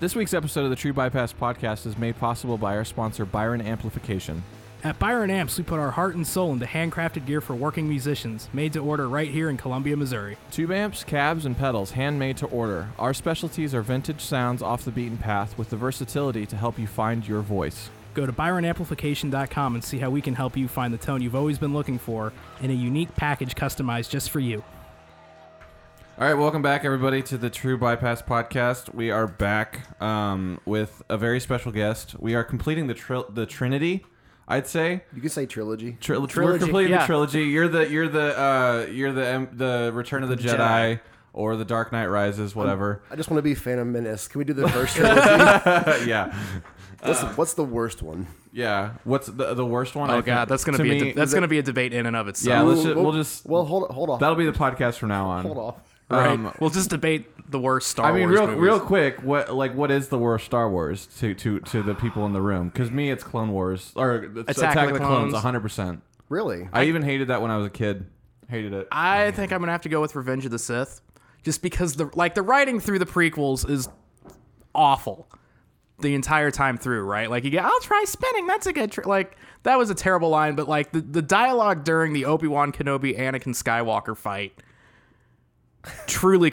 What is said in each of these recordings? This week's episode of the True Bypass podcast is made possible by our sponsor, Byron Amplification. At Byron Amps, we put our heart and soul into handcrafted gear for working musicians, made to order right here in Columbia, Missouri. Tube amps, cabs, and pedals, handmade to order. Our specialties are vintage sounds off the beaten path with the versatility to help you find your voice. Go to byronamplification.com and see how we can help you find the tone you've always been looking for in a unique package customized just for you. All right, welcome back, everybody, to the True Bypass podcast. We are back um, with a very special guest. We are completing the tril the Trinity, I'd say. You could say trilogy. Tri- We're Trilogy, completing the yeah. trilogy. You're the you're the uh, you're the um, the Return of the Jedi, or the Dark Knight Rises, whatever. I just want to be Phantom Menace. Can we do the first trilogy? yeah, what's, the, what's the worst one? yeah. What's the the worst one? I Oh think- god, that's gonna to be me- a de- that's gonna be a debate in and of itself. Yeah, let's Ooh, just, we'll just Well, hold hold off. that'll be the podcast from now on. hold off. right. Um, we'll just debate the worst Star I mean, Wars real movies. real quick, what like what is the worst Star Wars to to to the people in the room? Because me, it's Clone Wars or it's Attack, of the Clones, one hundred percent. Really? I even hated that when I was a kid. Hated it. I think I'm gonna have to go with Revenge of the Sith, just because the like the writing through the prequels is awful the entire time through. Right? Like you get, I'll try spinning. That's a good tr-. like that was a terrible line, but like the the dialogue during the Obi Wan Kenobi Anakin Skywalker fight. Truly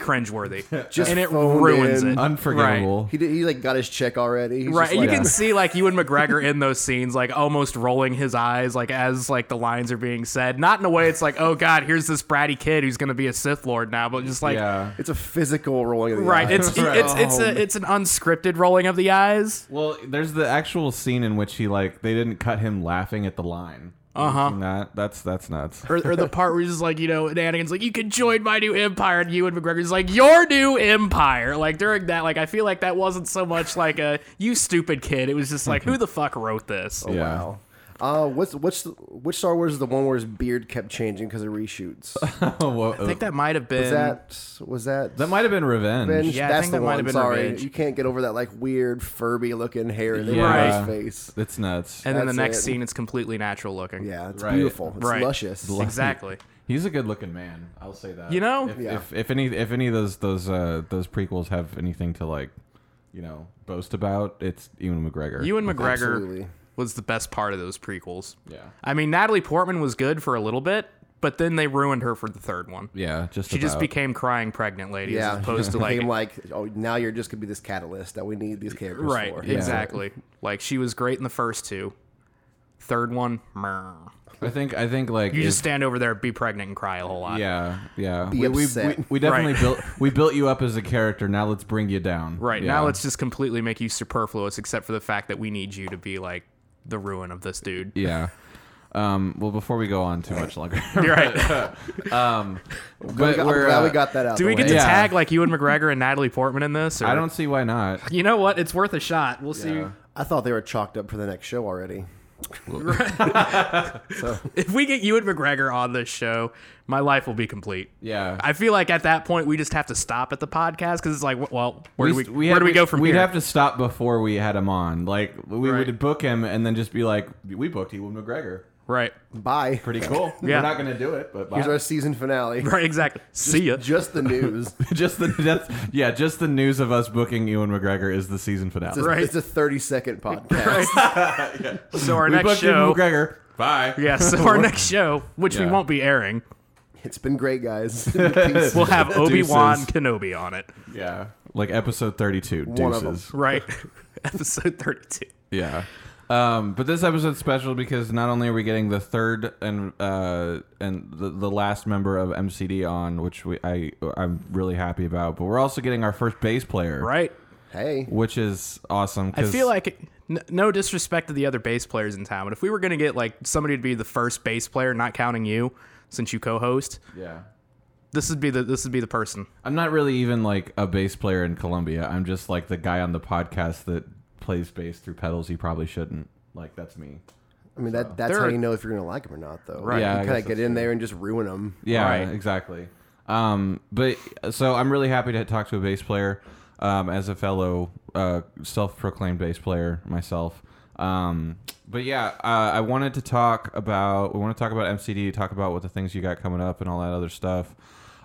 cringeworthy, Just and it phoned ruins in. it. Unforgettable. He did, he like got his check already. He's Right, just you like- can see like you and McGregor in those scenes, like almost rolling his eyes, like as like the lines are being said. Not in a way it's like, oh god, here's this bratty kid who's gonna be a Sith Lord now, but just like, yeah. It's a physical rolling of the right, eyes. it's it's it's Oh, a it's an unscripted rolling of the eyes. Well, there's the actual scene in which he like they didn't cut him laughing at the line. Uh Uh-huh. huh. That that's that's nuts. Or, or the part where he's just like, you know, and Anakin's like, you can join my new empire, and you and McGregor's like, your new empire. Like during that, like I feel like that wasn't so much like a you stupid kid. It was just like, who the fuck wrote this? yeah. Oh, Wow. Uh, what's what's the, which Star Wars is the one where his beard kept changing because of reshoots? Oh, whoa, I think that might have been Was that was that that might have been revenge. Revenge? Yeah, I That's think the that might one. have been Sorry, Revenge. you can't get over that like weird Furby looking hair in the Yeah. guy's face. It's nuts. And then the That's next it. scene, it's completely natural looking. Yeah, it's Right. beautiful. It's Right. luscious. Exactly. He's a good-looking man. I'll say that. You know? if, Yeah. if, if any if any of those those uh, those prequels have anything to like, you know, boast about, it's Ewan McGregor. Ewan McGregor Oh, Absolutely. was the best part of those prequels. Yeah. I mean, Natalie Portman was good for a little bit, but then they ruined her for the third one. Yeah, just She just about. became crying pregnant lady Yeah, as opposed to like. became like, oh, now you're just gonna be this catalyst that we need these characters right, for. exactly. Like, she was great in the first two. Third one, meh. I think I think like You if- just stand over there, be pregnant, and cry a whole lot. yeah yeah. Be we, we, upset. we, we definitely Right. built we built you up as a character. Now let's bring you down. Right, Yeah. now let's just completely make you superfluous, except for the fact that we need you to be like the ruin of this dude. yeah. Um, well, before we go on too much longer, You're right. but I'm we're, glad uh, we got that out. Do the we get way. to Yeah. tag like Ewan McGregor and Natalie Portman in this? Or? I don't see why not. You know what? It's worth a shot. We'll see. I thought they were chalked up for the next show already. If we get Ewan McGregor on this show, my life will be complete. Yeah. I feel like at that point we just have to stop at the podcast because it's like, well, where do we, st- where had- do we go from we'd here? have to stop before we had him on. Like we Right. would book him and then just be like, "We booked Ewan McGregor. right, Bye. Pretty cool. Yeah. We're not gonna do it, but Here's bye. our season finale. right, exactly. see ya. Just the news. just the that's, yeah, just the news of us booking Ewan McGregor is the season finale. It's, Right. it's a 30 second podcast. so our We next booked Ewan show, McGregor. Bye. yeah. So our next show, which we Yeah. won't be airing, It's been great, guys. Peace. we'll have Obi Wan Deuces. Kenobi on it. Yeah. Like episode thirty-two. One of deuces. Right, episode thirty-two. Yeah. Um, but this episode's special because not only are we getting the third and uh, and the, the last member of MCD on, which we I I'm really happy about, but we're also getting our first bass player, Right. hey, Which is awesome. I feel like n- no disrespect to the other bass players in town, but if we were going to get like somebody to be the first bass player, not counting you, since you co-host, yeah. this would be the this would be the person. I'm not really even like a bass player in Colombia. I'm just like the guy on the podcast that plays bass through pedals he probably shouldn't. Like that's me. I mean that, that's There how are- you know if you're gonna like them or not, though. Right. Yeah, I you kind guess of get that's in there and just ruin them. Yeah, Right. exactly. Um, but so I'm really happy to talk to a bass player um, as a fellow uh, self-proclaimed bass player myself. Um, but yeah, uh, I wanted to talk about we want to talk about MCD, talk about what the things you got coming up and all that other stuff.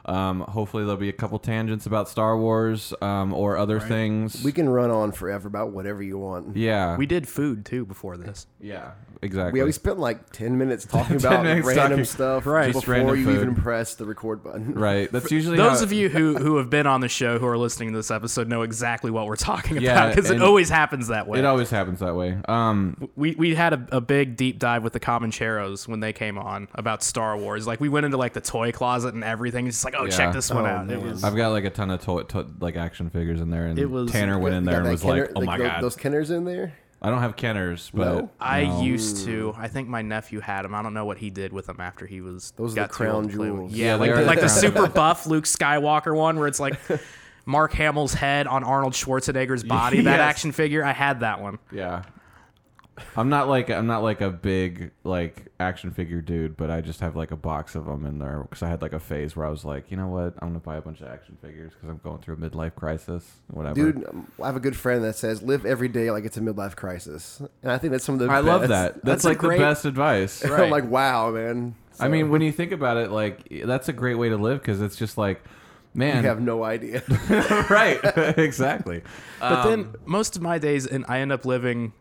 Um, hopefully there'll be a couple tangents about Star Wars um, or other things. We can run on forever about whatever you want. yeah, We did food too before this. yeah, exactly. We always spent like ten minutes talking about minutes random talking- stuff Right. Just before random you food. even press the record button. right. That's usually Those how- of you who, who have been on the show who are listening to this episode know exactly what we're talking Yeah, about because it and- always happens that way. It always happens that way. Um, we we had a, a big deep dive with the Comancheros when they came on about Star Wars. Like we went into like the toy closet and everything. It's just like, oh, Yeah. check this one Oh, out. It man. was I've got like a ton of toy, to like action figures in there, and It was- Tanner went in Got there and that was Kenner- like, "Oh my tho- god, those Kenners in there. I don't have Kenners, but No? I No. used to. I think my nephew had him. I don't know what he did with him after he was Those are the got too old crown to play with. jewels. Yeah, Yeah, they like, are the, the like the crown super buff Luke Skywalker one where it's like Mark Hamill's head on Arnold Schwarzenegger's body. That Yes. action figure, I had that one. Yeah. I'm not like I'm not like a big like action figure dude, but I just have like a box of them in there because I had like a phase where I was like, you know what, I'm gonna buy a bunch of action figures because I'm going through a midlife crisis, whatever. Dude, um, I have a good friend that says live every day like it's a midlife crisis, and I think that's some of the. I love best- that. That's, that's a like great- the best advice. Right. I'm like, wow, man. I mean, when you think about it, like that's a great way to live because it's just like, man, You have no idea. right? exactly. But then Um, most of my days, and I end up living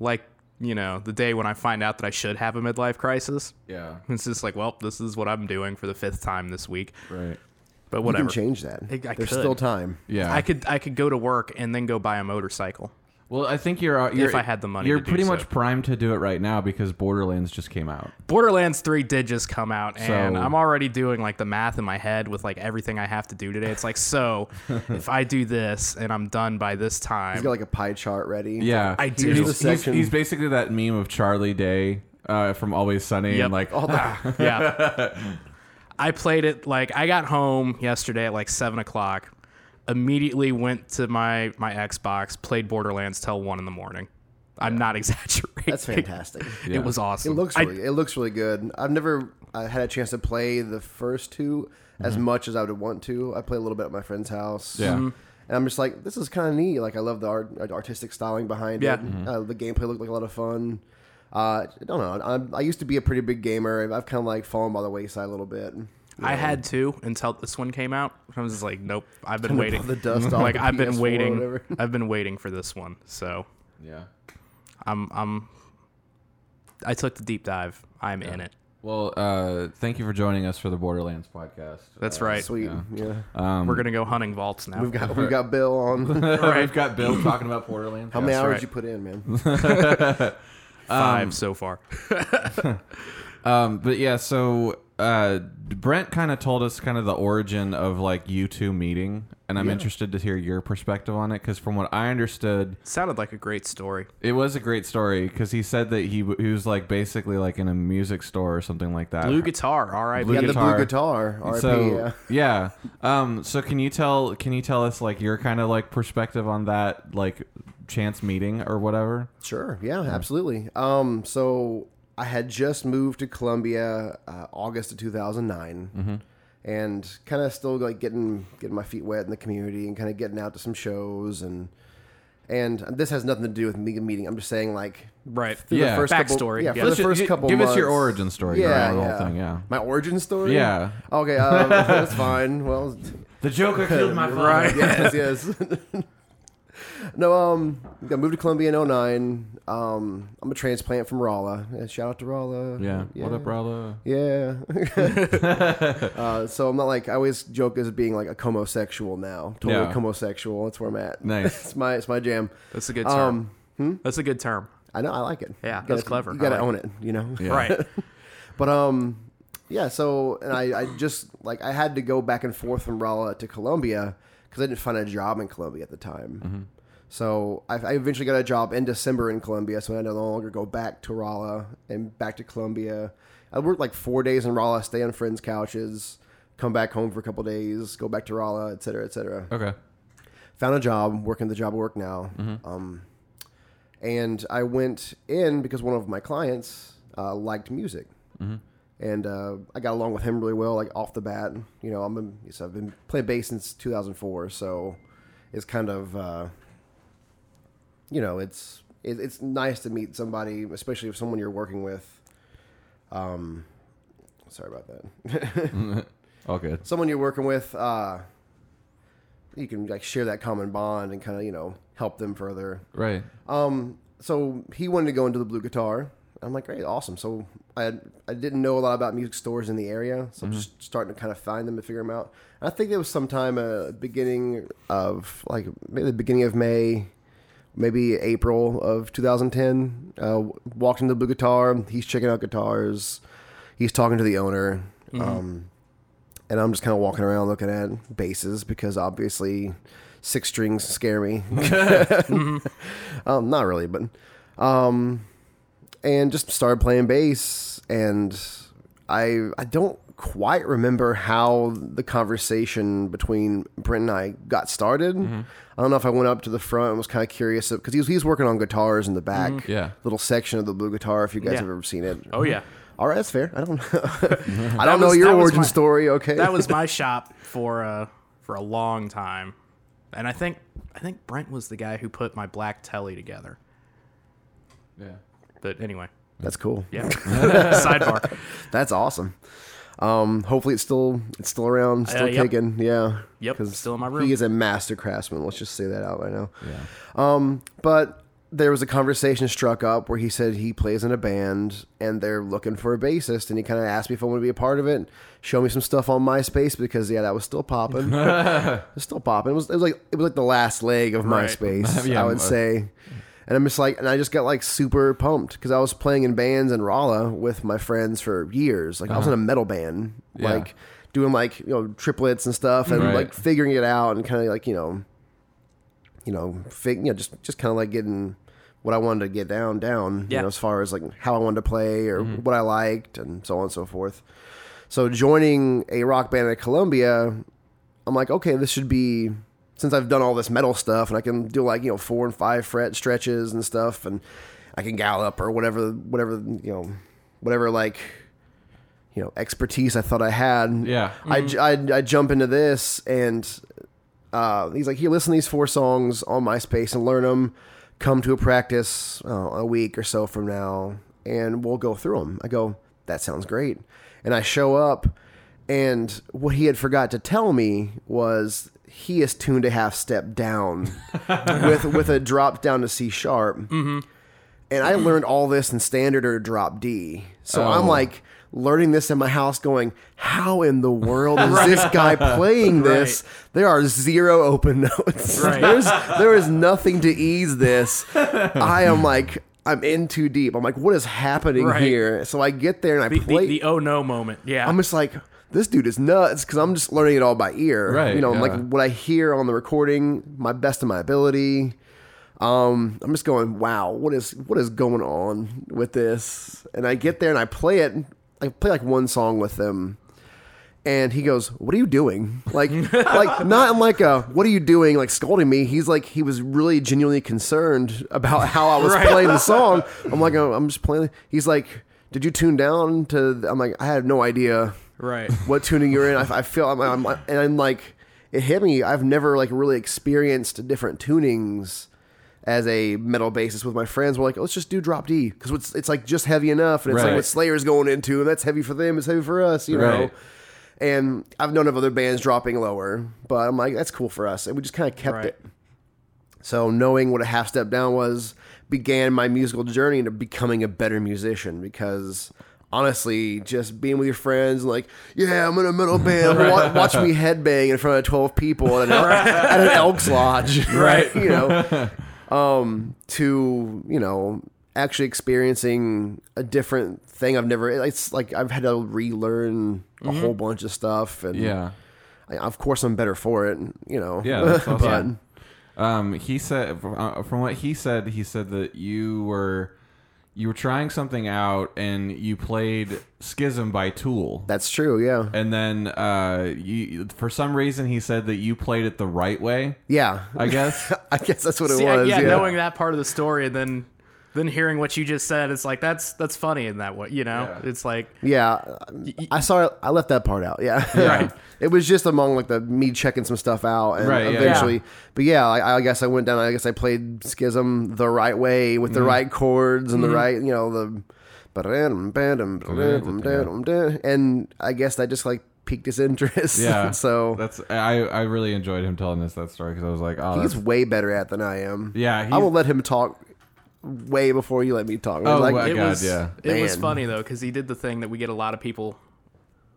like you know the day when I find out that I should have a midlife crisis. Yeah. It's just like, well, this is what I'm doing for the fifth time this week. Right. But You whatever. can change that. I- I There's could. still time. Yeah. I could I could go to work and then go buy a motorcycle. Well, I think you're, uh, you're I had the money you're to do pretty so. much primed to do it right now because Borderlands just came out. Borderlands 3 did just come out and So- I'm already doing like the math in my head with like everything I have to do today. It's like, so if I do this and I'm done by this He's time. got like a pie chart ready. Yeah, I do. He's, Here's the he's- section. he's basically that meme of Charlie Day uh, from Always Sunny, Yep. and like, All the, yeah. I played it like I got home yesterday at like seven o'clock, immediately went to my my Xbox, played Borderlands till one in the morning. I'm not exaggerating. that's fantastic. Yeah. It was It awesome. looks I- really, it looks really good. I've never I had a chance to play the first two as Mm-hmm. much as I would want to. I play a little bit at my friend's house. Yeah. Mhm. And I'm just like, this is kind of neat. Like, I love the art, artistic styling behind Yeah. Mm-hmm. it. Uh, the gameplay looked like a lot of fun. Uh, I don't know. I'm, I used to be a pretty big gamer. I've kind of like fallen by the wayside a little bit. I had two until this one came out. I was just like, nope. I've been waiting. the dust off like the I've been PS4 or waiting. whatever. I've been waiting for this one. So yeah. I'm I'm. I took the deep dive. I'm in it. Well, uh, thank you for joining us for the Borderlands podcast. That's right. Uh, Uh, Sweet. Yeah. We're gonna go hunting vaults now. We've got we've got Bill on. Uh, We've got Bill talking about Borderlands. How many hours right. you put in, man? five so far. Um, but yeah, so uh, Brent kind of told us kind of the origin of like you two meeting, and I'm interested to hear your perspective on it because from what I understood, Sounded like a great story. It was a great story because he said that he, w- he was like basically like in a music store or something like that. Blue guitar. All right. Blue Yeah, Blue the guitar. blue guitar. RIP, yeah. so yeah. Um. So can you tell can you tell us like your kind of like perspective on that like chance meeting or whatever? Sure. Yeah, absolutely. Um, so I had just moved to Columbia, uh, August of 2009, Mm-hmm. and kind of still like getting getting my feet wet in the community and kind of getting out to some shows and and this has nothing to do with me meeting. I'm just saying like Right. through the Yeah. first couple, Backstory. yeah, Yeah. for Let's the ju- first gi- couple. Give us your months- origin story. Yeah. The whole thing. Yeah. My origin story. Yeah. Okay. Um, that's fine. Well, The Joker killed my father. Right. yes, yes. no, um, I moved to Columbia in 09. Um, I'm a transplant from Rolla. Yeah, shout out to Rolla. Yeah. What up, brother? Yeah. uh, so I'm not like I always joke as being like a homosexual now. Totally Yeah. homosexual. That's where I'm at. Nice. it's my it's my jam. That's a good term. Um, That's a good term. I know I like it. Yeah, You gotta- that's clever. You I gotta like own it. You know. Yeah. Right. But um, yeah. So and I, I just like I had to go back and forth from Rolla to Columbia because I didn't find a job in Columbia at the time. So I, I eventually got a job in December in Columbia, so I no longer go back to Rolla and back to Columbia. I worked like four days in Rolla, stay on friends' couches, come back home for a couple days, go back to Rolla, et cetera, et cetera Okay. found a job working the job I work now. Um, and I went in because one of my clients uh, liked music. And uh, I got along with him really well, like off the bat. You know, I'm a, so I've been playing bass since 2004, so it's kind of, uh, you know, it's it, it's nice to meet somebody, especially if someone you're working with. Um, sorry about that. All good. someone you're working with, uh, you can like share that common bond and kind of you know help them further. Right. Um, so he wanted to go into the blue guitar. I'm like, great, awesome. So I I didn't know a lot about music stores in the area, so I'm just starting to kind of find them and figure them out. And I think there was sometime uh, beginning of like maybe the beginning of May, maybe April of 2010. Uh, walked into the blue guitar. He's checking out guitars. He's talking to the owner. Um, and I'm just kind of walking around looking at basses because obviously six strings scare me. Mm-hmm. um, not really, but um, and just started playing bass, and I I don't quite remember how the conversation between Brent and I got started. Mm-hmm. I don't know if I went up to the front and was kind of curious because he was he's working on guitars in the back, Yeah. little section of the blue guitar. If you guys Mm-hmm. Yeah. have ever seen it, Oh yeah. all right, that's fair. I don't I That don't know was- your that was origin my- story. Okay, That was my shop for uh for a long time. And I think I think Brent was the guy who put my black telly together. Yeah. But anyway, that's cool. yeah. Sidebar. That's awesome. Um, hopefully it's still it's still around, still Uh, yep. kicking. Yeah. Yep, 'Cause still in my room. He is a master craftsman. Let's just say that out right now. Yeah. Um, but there was a conversation struck up where he said he plays in a band and they're looking for a bassist, and he kind of asked me if I want to be a part of it. Show me some stuff on MySpace because yeah, that was still popping. it was still popping. It was, it was like it was like the last leg of Right. MySpace, Yeah, I would uh, say. And I'm just like, and I just got like super pumped because I was playing in bands in Rolla with my friends for years. Like I was in a metal band, Yeah. like doing like you know triplets and stuff, and Right. like figuring it out and kind of like you know you know, fig, you know, just just kind of like getting what I wanted to get down, down. Yeah. You know, as far as like how I wanted to play or what I liked, and so on and so forth. So joining a rock band at Columbia, I'm like, okay, this should be since I've done all this metal stuff and I can do like you know four and five fret stretches and stuff, and I can gallop or whatever, whatever you know, whatever like you know expertise I thought I had. Yeah. I, j- I- I jump into this and uh, he's like, here, listen to these four songs on MySpace and learn them. Come to a practice uh, a week or so from now, and we'll go through them. I go, that sounds great. And I show up, and what he had forgot to tell me was he is tuned a half step down with with a drop down to C sharp. Mm-hmm. And Mm-hmm. I learned all this in standard or drop D. So I'm Oh. like learning this in my house, going, how in the world is this guy playing this? There are zero open notes. Right. There's there is nothing to ease this. I am like I'm in too deep. I'm like, what is happening Right. here? So I get there and I The, play. the, the oh no moment. Yeah. I'm just like, this dude is nuts because I'm just learning it all by ear. Right, You know, I'm yeah. like what I hear on the recording, my best of my ability. Um, I'm just going, wow, what is what is going on with this? And I get there and I play it. I play like one song with them. And he goes, "What are you doing?" Like, like not in like a "What are you doing?" Like scolding me. He's like, he was really genuinely concerned about how I was playing the song. I'm like, "Oh, I'm just playing. He's like, "Did you tune down to?" th-" I'm like, "I had no idea right. what tuning you're in." I, I feel I'm, I'm, and I'm like, it hit me. I've never like really experienced different tunings as a metal bassist with my friends. We're like, let's just do drop D because it's it's like just heavy enough, and it's Right. like what Slayer's going into, and that's heavy for them. It's heavy for us, you know. Right. And I've known of other bands dropping lower, but I'm like, that's cool for us. And we just kind of kept Right. it. So knowing what a half step down was began my musical journey into becoming a better musician because honestly, just being with your friends and like, yeah, I'm in a metal band. Wa- Watch me headbang in front of 12 people at an, at an Elks Lodge. Right. you know, um, to, you know, actually experiencing a different thing I've never, it's like I've had to relearn a whole bunch of stuff. And Mm-hmm. Yeah. I, of course I'm better for it, you know. Yeah, that's But- awesome. Um, he said, uh, from what he said, he said that you were you were trying something out, and you played Schism by Tool, That's true, yeah. and then uh, you for some reason he said that you played it the right way. Yeah. I guess. I guess that's what it See, I- was. yeah, yeah, knowing that part of the story and then then hearing what you just said, it's like that's that's funny in that way, you know? Yeah. It's like Yeah, I saw. I left that part out. Yeah, Right. It was just among like the me checking some stuff out, and Right, yeah. eventually. Yeah. But yeah, I, I guess I went down. I guess I played Schism the right way with Mm-hmm. the right chords and the right, you know, the. And I guess I just like piqued his interest. Yeah. so That's I I really enjoyed him telling us that story because I was like, oh, he's that's, way better at it than I am. Yeah, I he's- will let him talk way before you let me talk. Oh, like, my it God, was yeah. it was Man. funny though because he did the thing that we get a lot of people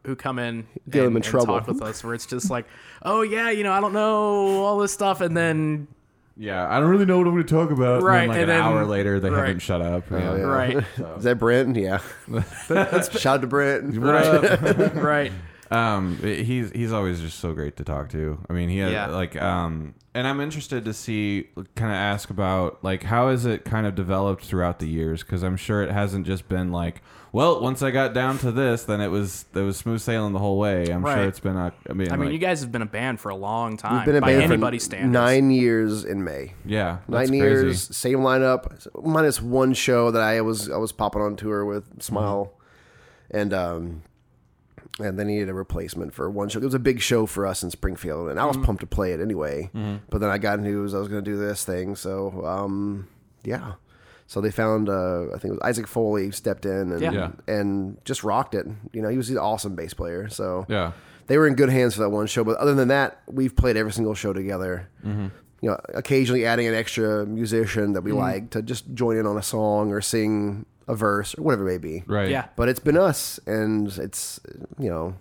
who come in Get and, them in and trouble. talk with us where it's just like oh yeah you know i don't know all this stuff and then yeah. I don't really know what I'm going to talk about. And then, Right, like and an then- hour later, they right. haven't shut up. you know. Oh, yeah. right Is that Brent? Yeah. Shout out to Brent. uh, right right Um, he's he's always just so great to talk to. I mean, he has Yeah. like um, and I'm interested to see kind of ask about like how is it kind of developed throughout the years because I'm sure it hasn't just been like well once I got down to this then it was it was smooth sailing the whole way. I'm Right. sure it's been a I mean, i mean like- you guys have been a band for a long time We've been a by band for anybody's standards Nine years in May. yeah Nine that's crazy. years, same lineup, minus one show that I was I was popping on tour with Smile, and um, and they needed a replacement for one show. It was a big show for us in Springfield, and I Mm-hmm. was pumped to play it anyway. But then I got news I was going to do this thing, so um, yeah. So they found uh, I think it was Isaac Foley stepped in and Yeah. Yeah. and just rocked it. You know, he was an awesome bass player. So yeah they were in good hands for that one show. But other than that, we've played every single show together. Mm-hmm. You know, occasionally adding an extra musician that we Mm. like to just join in on a song or sing a verse or whatever it may be. right yeah But it's been us, and it's you know,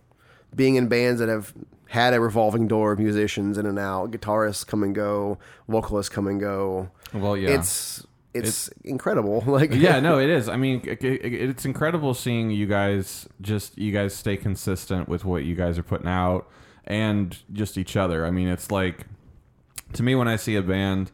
being in bands that have had a revolving door of musicians in and out, guitarists come and go, vocalists come and go. well Oh, yeah It's it's incredible. Like yeah, no, it is. I mean, it, it- it's incredible seeing you guys just you guys stay consistent with what you guys are putting out and just each other. I mean, it's like to me when I see a band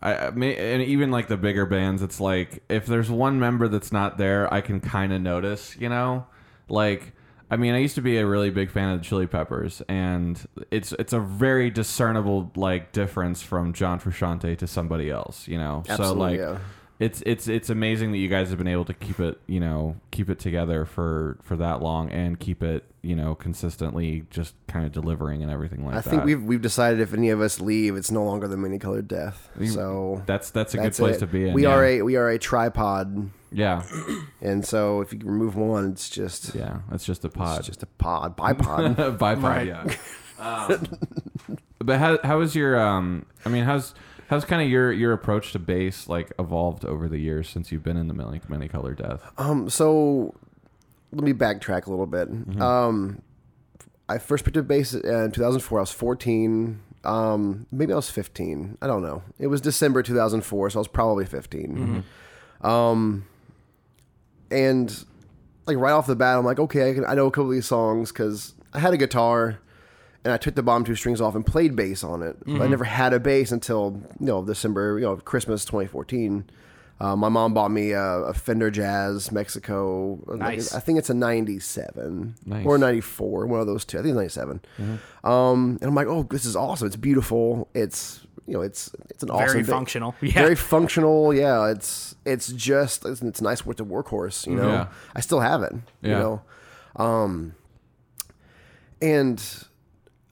I I may, and even like the bigger bands, it's like if there's one member that's not there, I can kind of notice, you know. Like, I mean, I used to be a really big fan of the Chili Peppers, and it's it's a very discernible like difference from John Frusciante to somebody else, you know. so Absolutely, like, yeah. it's it's it's amazing that you guys have been able to keep it, you know, keep it together for for that long and keep it, you know, consistently just kind of delivering and everything like I that. think we've we've decided if any of us leave, it's no longer the many colored death. So that's that's a That's good place it. to be in. We yeah. are a we are a tripod, yeah. and so if you can remove one, it's just Yeah, that's just a pod. it's just a pod bipod. bipod. Right. Yeah. Um, but how how is your um? I mean, how's how's kind of your your approach to bass like evolved over the years since you've been in the many many color death? um, so let me backtrack a little bit. Mm-hmm. Um, I first picked up bass uh, in 2004. I was 14. Um, maybe I was 15. I don't know. It was December 2004, so I was probably 15. Um, and like right off the bat, I'm like, okay, I, can, I know a couple of these songs because I had a guitar and I took the bottom two strings off and played bass on it. But I never had a bass until you know December, you know Christmas 2014. Uh, my mom bought me a, a Fender Jazz Mexico. Nice. I think it's a 97 Nice. Mm-hmm. or 94, one of those two. I think it's 97. Um, and I'm like, oh, this is awesome. It's beautiful. It's you know, it's it's an awesome, very ba- functional yeah very functional. Yeah, it's it's just it's, it's nice with the workhorse. You know, Yeah. I still have it. Yeah. You know, um, and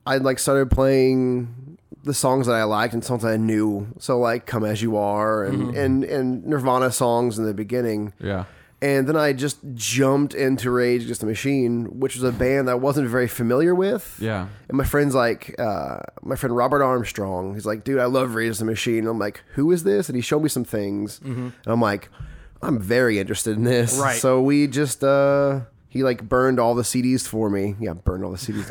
I like started playing the songs that I liked and songs that I knew. So like "Come as You Are" and and and Nirvana songs in the beginning. Mm-hmm. Yeah. And then I just jumped into Rage Against the Machine, which was a band that I wasn't very familiar with. Yeah. And my friend's like, uh, my friend Robert Armstrong, he's like, dude, I love Rage Against the Machine. And I'm like, who is this? And he showed me some things. Mm-hmm. And I'm like, I'm very interested in this. Right. So we just, uh, he like burned all the CDs for me. Yeah, burned all the CDs.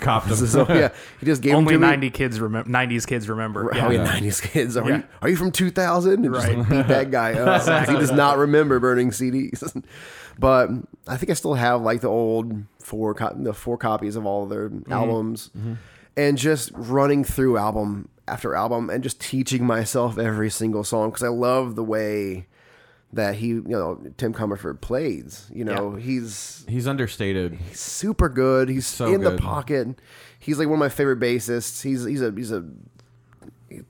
Copped them. so yeah, he just gave only them to 90 kids remember 90s kids remember me. yeah. Oh, yeah, 90s kids. Are, Yeah. you, are you from 2000? And just Right. like, beat that guy up. 'cause He does not remember burning CDs. but I think I still have like the old four, co- the four copies of all their Mm-hmm. albums and just running through album after album and just teaching myself every single song because I love the way that he, you know, Tim Comerford plays. You know, he's He's understated. super good. He's So in good. the pocket. He's like one of my favorite bassists. He's he's a he's a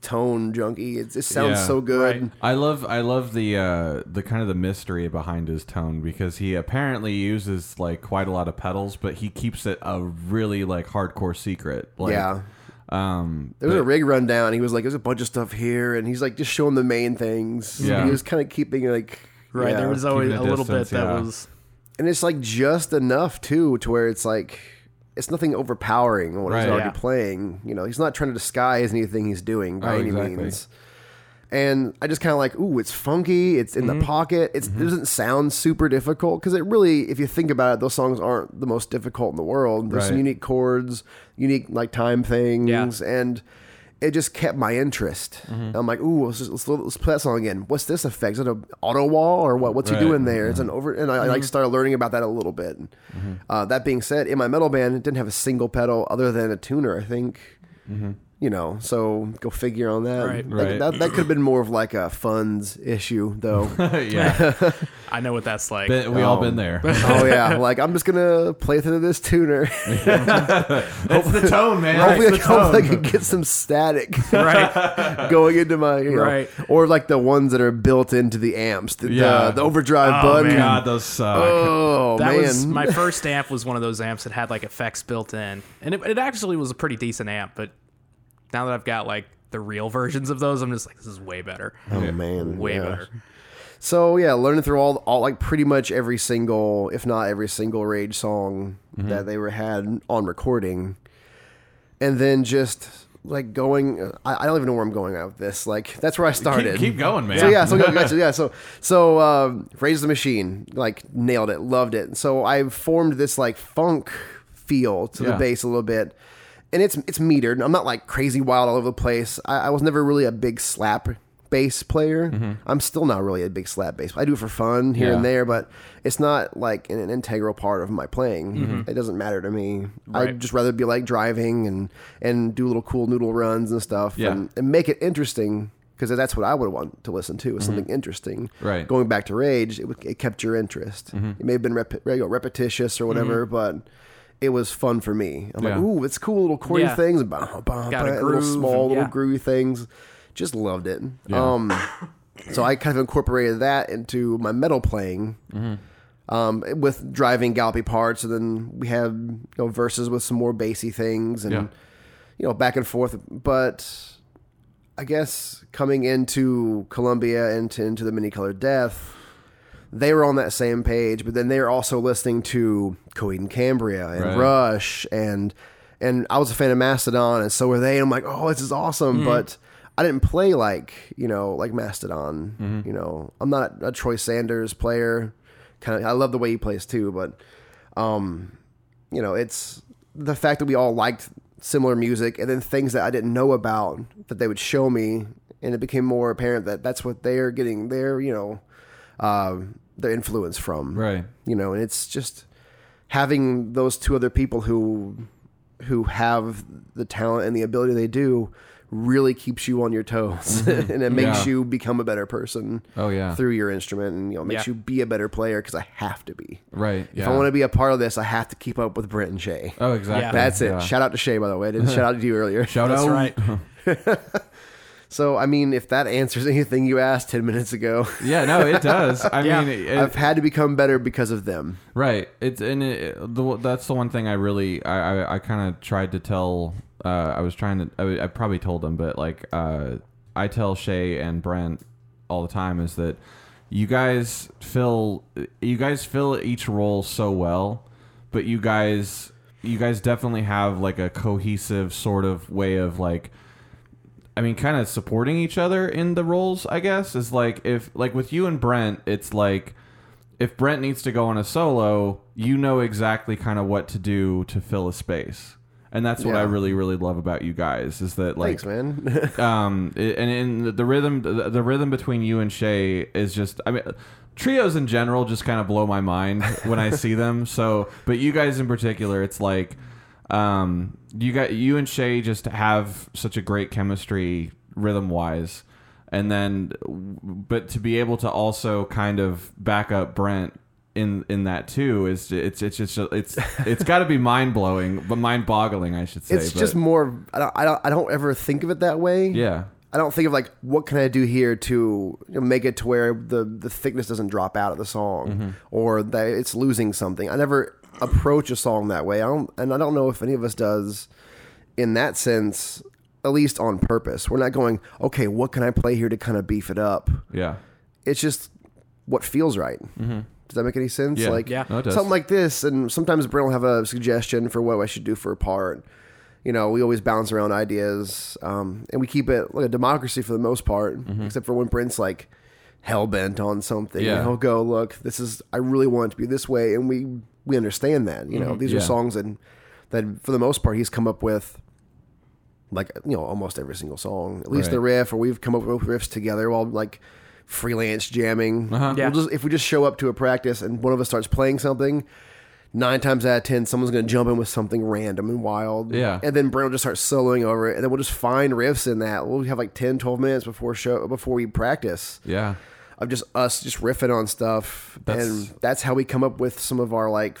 tone junkie. It, it sounds Yeah. so good. Right. I love I love the uh, the kind of the mystery behind his tone because he apparently uses like quite a lot of pedals, but he keeps it a really like hardcore secret. Like, Yeah. Um. There was but- a rig rundown. He was like, "There's a bunch of stuff here," and he's like just showing the main things. Yeah. he was kind of keeping like right yeah. there was always Keeping a a little bit distance, that yeah. was and it's like just enough too to where it's like it's nothing overpowering on what he's Right. already Yeah. playing. You know, he's not trying to disguise anything he's doing by Oh, any exactly. means. And I just kind of like, ooh, it's funky. It's Mm-hmm. in the pocket. It's, It doesn't sound super difficult because it really, if you think about it, those songs aren't the most difficult in the world. There's some Right. unique chords, unique like time things, and it just kept my interest. Mm-hmm. I'm like, ooh, let's, just, let's let's play that song again. What's this effect? Is it an auto wall or what? What's Right. Mm-hmm. he doing there? It's an over, and I, I like started learning about that a little bit. Uh, that being said, in my metal band, it didn't have a single pedal other than a tuner. I think. You know, so go figure on that. Right. Like, Mm-hmm. Right. That, that could have been more of like a funds issue, though. yeah, I know what that's like. But we all been there. oh yeah, like I'm just gonna play through this tuner. That's the tone, man. hopefully, I, That's the hopefully I tone. can get some static. right. going into my you know, Right. or like the ones that are built into the amps, the, Yeah. the, the overdrive Oh, button. God, those suck. Oh That man, was my first amp was one of those amps that had like effects built in, and it, it actually was a pretty decent amp. But now that I've got like the real versions of those, I'm just like, this is way better, oh man, way yeah. better. So yeah, learning through all, all like pretty much every single, if not every single Rage song Mm-hmm. that they were had on recording, and then just like going, I, I don't even know where I'm going at with this. Like that's where I started. Keep, keep going, man. So yeah, so gotcha, yeah, so so um, raise the machine, like nailed it, loved it. So I formed this like funk feel to Yeah. the bass a little bit, and it's it's metered. I'm not like crazy wild all over the place. I, I was never really a big slap bass player. I'm still not really a big slap bass. I do it for fun here Mm-hmm. Yeah. and there, but it's not like an, an integral part of my playing. Mm-hmm. It doesn't matter to me. Right. I'd just rather be like driving and and do little cool noodle runs and stuff Yeah. and, and make it interesting because that's what I would want to listen to is something interesting. Right. Going back to Rage, it, would- it kept your interest. It may have been rep, you know, repetitious or whatever, but it was fun for me. I'm Yeah. like, ooh, it's cool little chordy Yeah. things, bah, bah, Got a bah, little groove, small, little yeah. groovy things. Just loved it. Yeah. Um, so I kind of incorporated that into my metal playing. Um, with driving gallopy parts, and then we had you know verses with some more bassy things, and Yeah. you know, back and forth. But I guess coming into Columbia and to, into the Many Color Death, they were on that same page, but then they were also listening to Coheed and Cambria and Right. Rush and and I was a fan of Mastodon and so were they. And I'm like, oh, this is awesome, but I didn't play like you know like Mastodon. You know, I'm not a Troy Sanders player. Kind of, I love the way he plays too, but um, you know, it's the fact that we all liked similar music and then things that I didn't know about that they would show me. And it became more apparent that that's what they're getting their, you know, uh, their influence from. Right. You know, and it's just having those two other people who who have the talent and the ability they do really keeps you on your toes and it makes Mm-hmm. Yeah. you become a better person Oh, yeah. through your instrument and you know makes Yeah. you be a better player because i have to be Right. Yeah. if I want to be a part of this, I have to keep up with Brent and Shay. oh, exactly. Yeah. That's it. Yeah. Shout out to Shay, by the way. I didn't shout out to you earlier. Shout That's out. right. So, I mean, if that answers anything you asked 10 minutes ago, Yeah. No, it does. I Yeah. mean, it, it- I've had to become better because of them. Right. It's and it, the, that's the one thing I really I I, I kind of tried to tell. Uh, I was trying to. I, I probably told them, but like uh, I tell Shay and Brent all the time is that you guys fill you guys fill each role so well, but you guys you guys definitely have like a cohesive sort of way of like I mean, kind of supporting each other in the roles, I guess, is like if like with you and Brent, it's like if Brent needs to go on a solo, you know exactly kind of what to do to fill a space. And that's what Yeah. I really, really love about you guys is that like Thanks, man. um it- and in the- the rhythm the, the rhythm between you and Shay is just I mean trios in general just kind of blow my mind when I see them so but you guys in particular it's like um you got you and Shay just have such a great chemistry rhythm wise and then but to be able to also kind of back up Brent in in that too is it's it's just it's it's got to be mind blowing but mind boggling I should say it's but- just more, I don't, I, don't, I don't ever think of it that way. yeah I don't think of like what can I do here to you know, make it to where the the thickness doesn't drop out of the song or that it's losing something. I never approach a song that way. I don't, and I don't know if any of us does in that sense, at least on purpose. We're not going, okay, what can I play here to kind of beef it up? yeah It's just what feels right. Does that make any sense? Mm-hmm. Yeah. Like Yeah. No, it does. something like this, and sometimes Brent will have a suggestion for what I should do for a part. You know, we always bounce around ideas, um, and we keep it like a democracy for the most part, except for when Brent's like hell bent on something. Mm-hmm. Yeah. And he'll go, "Look, this is I really want it to be this way," and we we understand that. You know, these Mm-hmm. Yeah. are songs and that for the most part he's come up with like you know almost every single song at least Right. the riff or we've come up with riffs together while like freelance jamming Uh-huh. Yeah. We'll just, if we just show up to a practice and one of us starts playing something nine times out of ten someone's going to jump in with something random and wild Yeah. and then Brent will just start soloing over it and then we'll just find riffs in that we'll have like 10 12 minutes before show before we practice Yeah. of just us just riffing on stuff That's- and that's how we come up with some of our like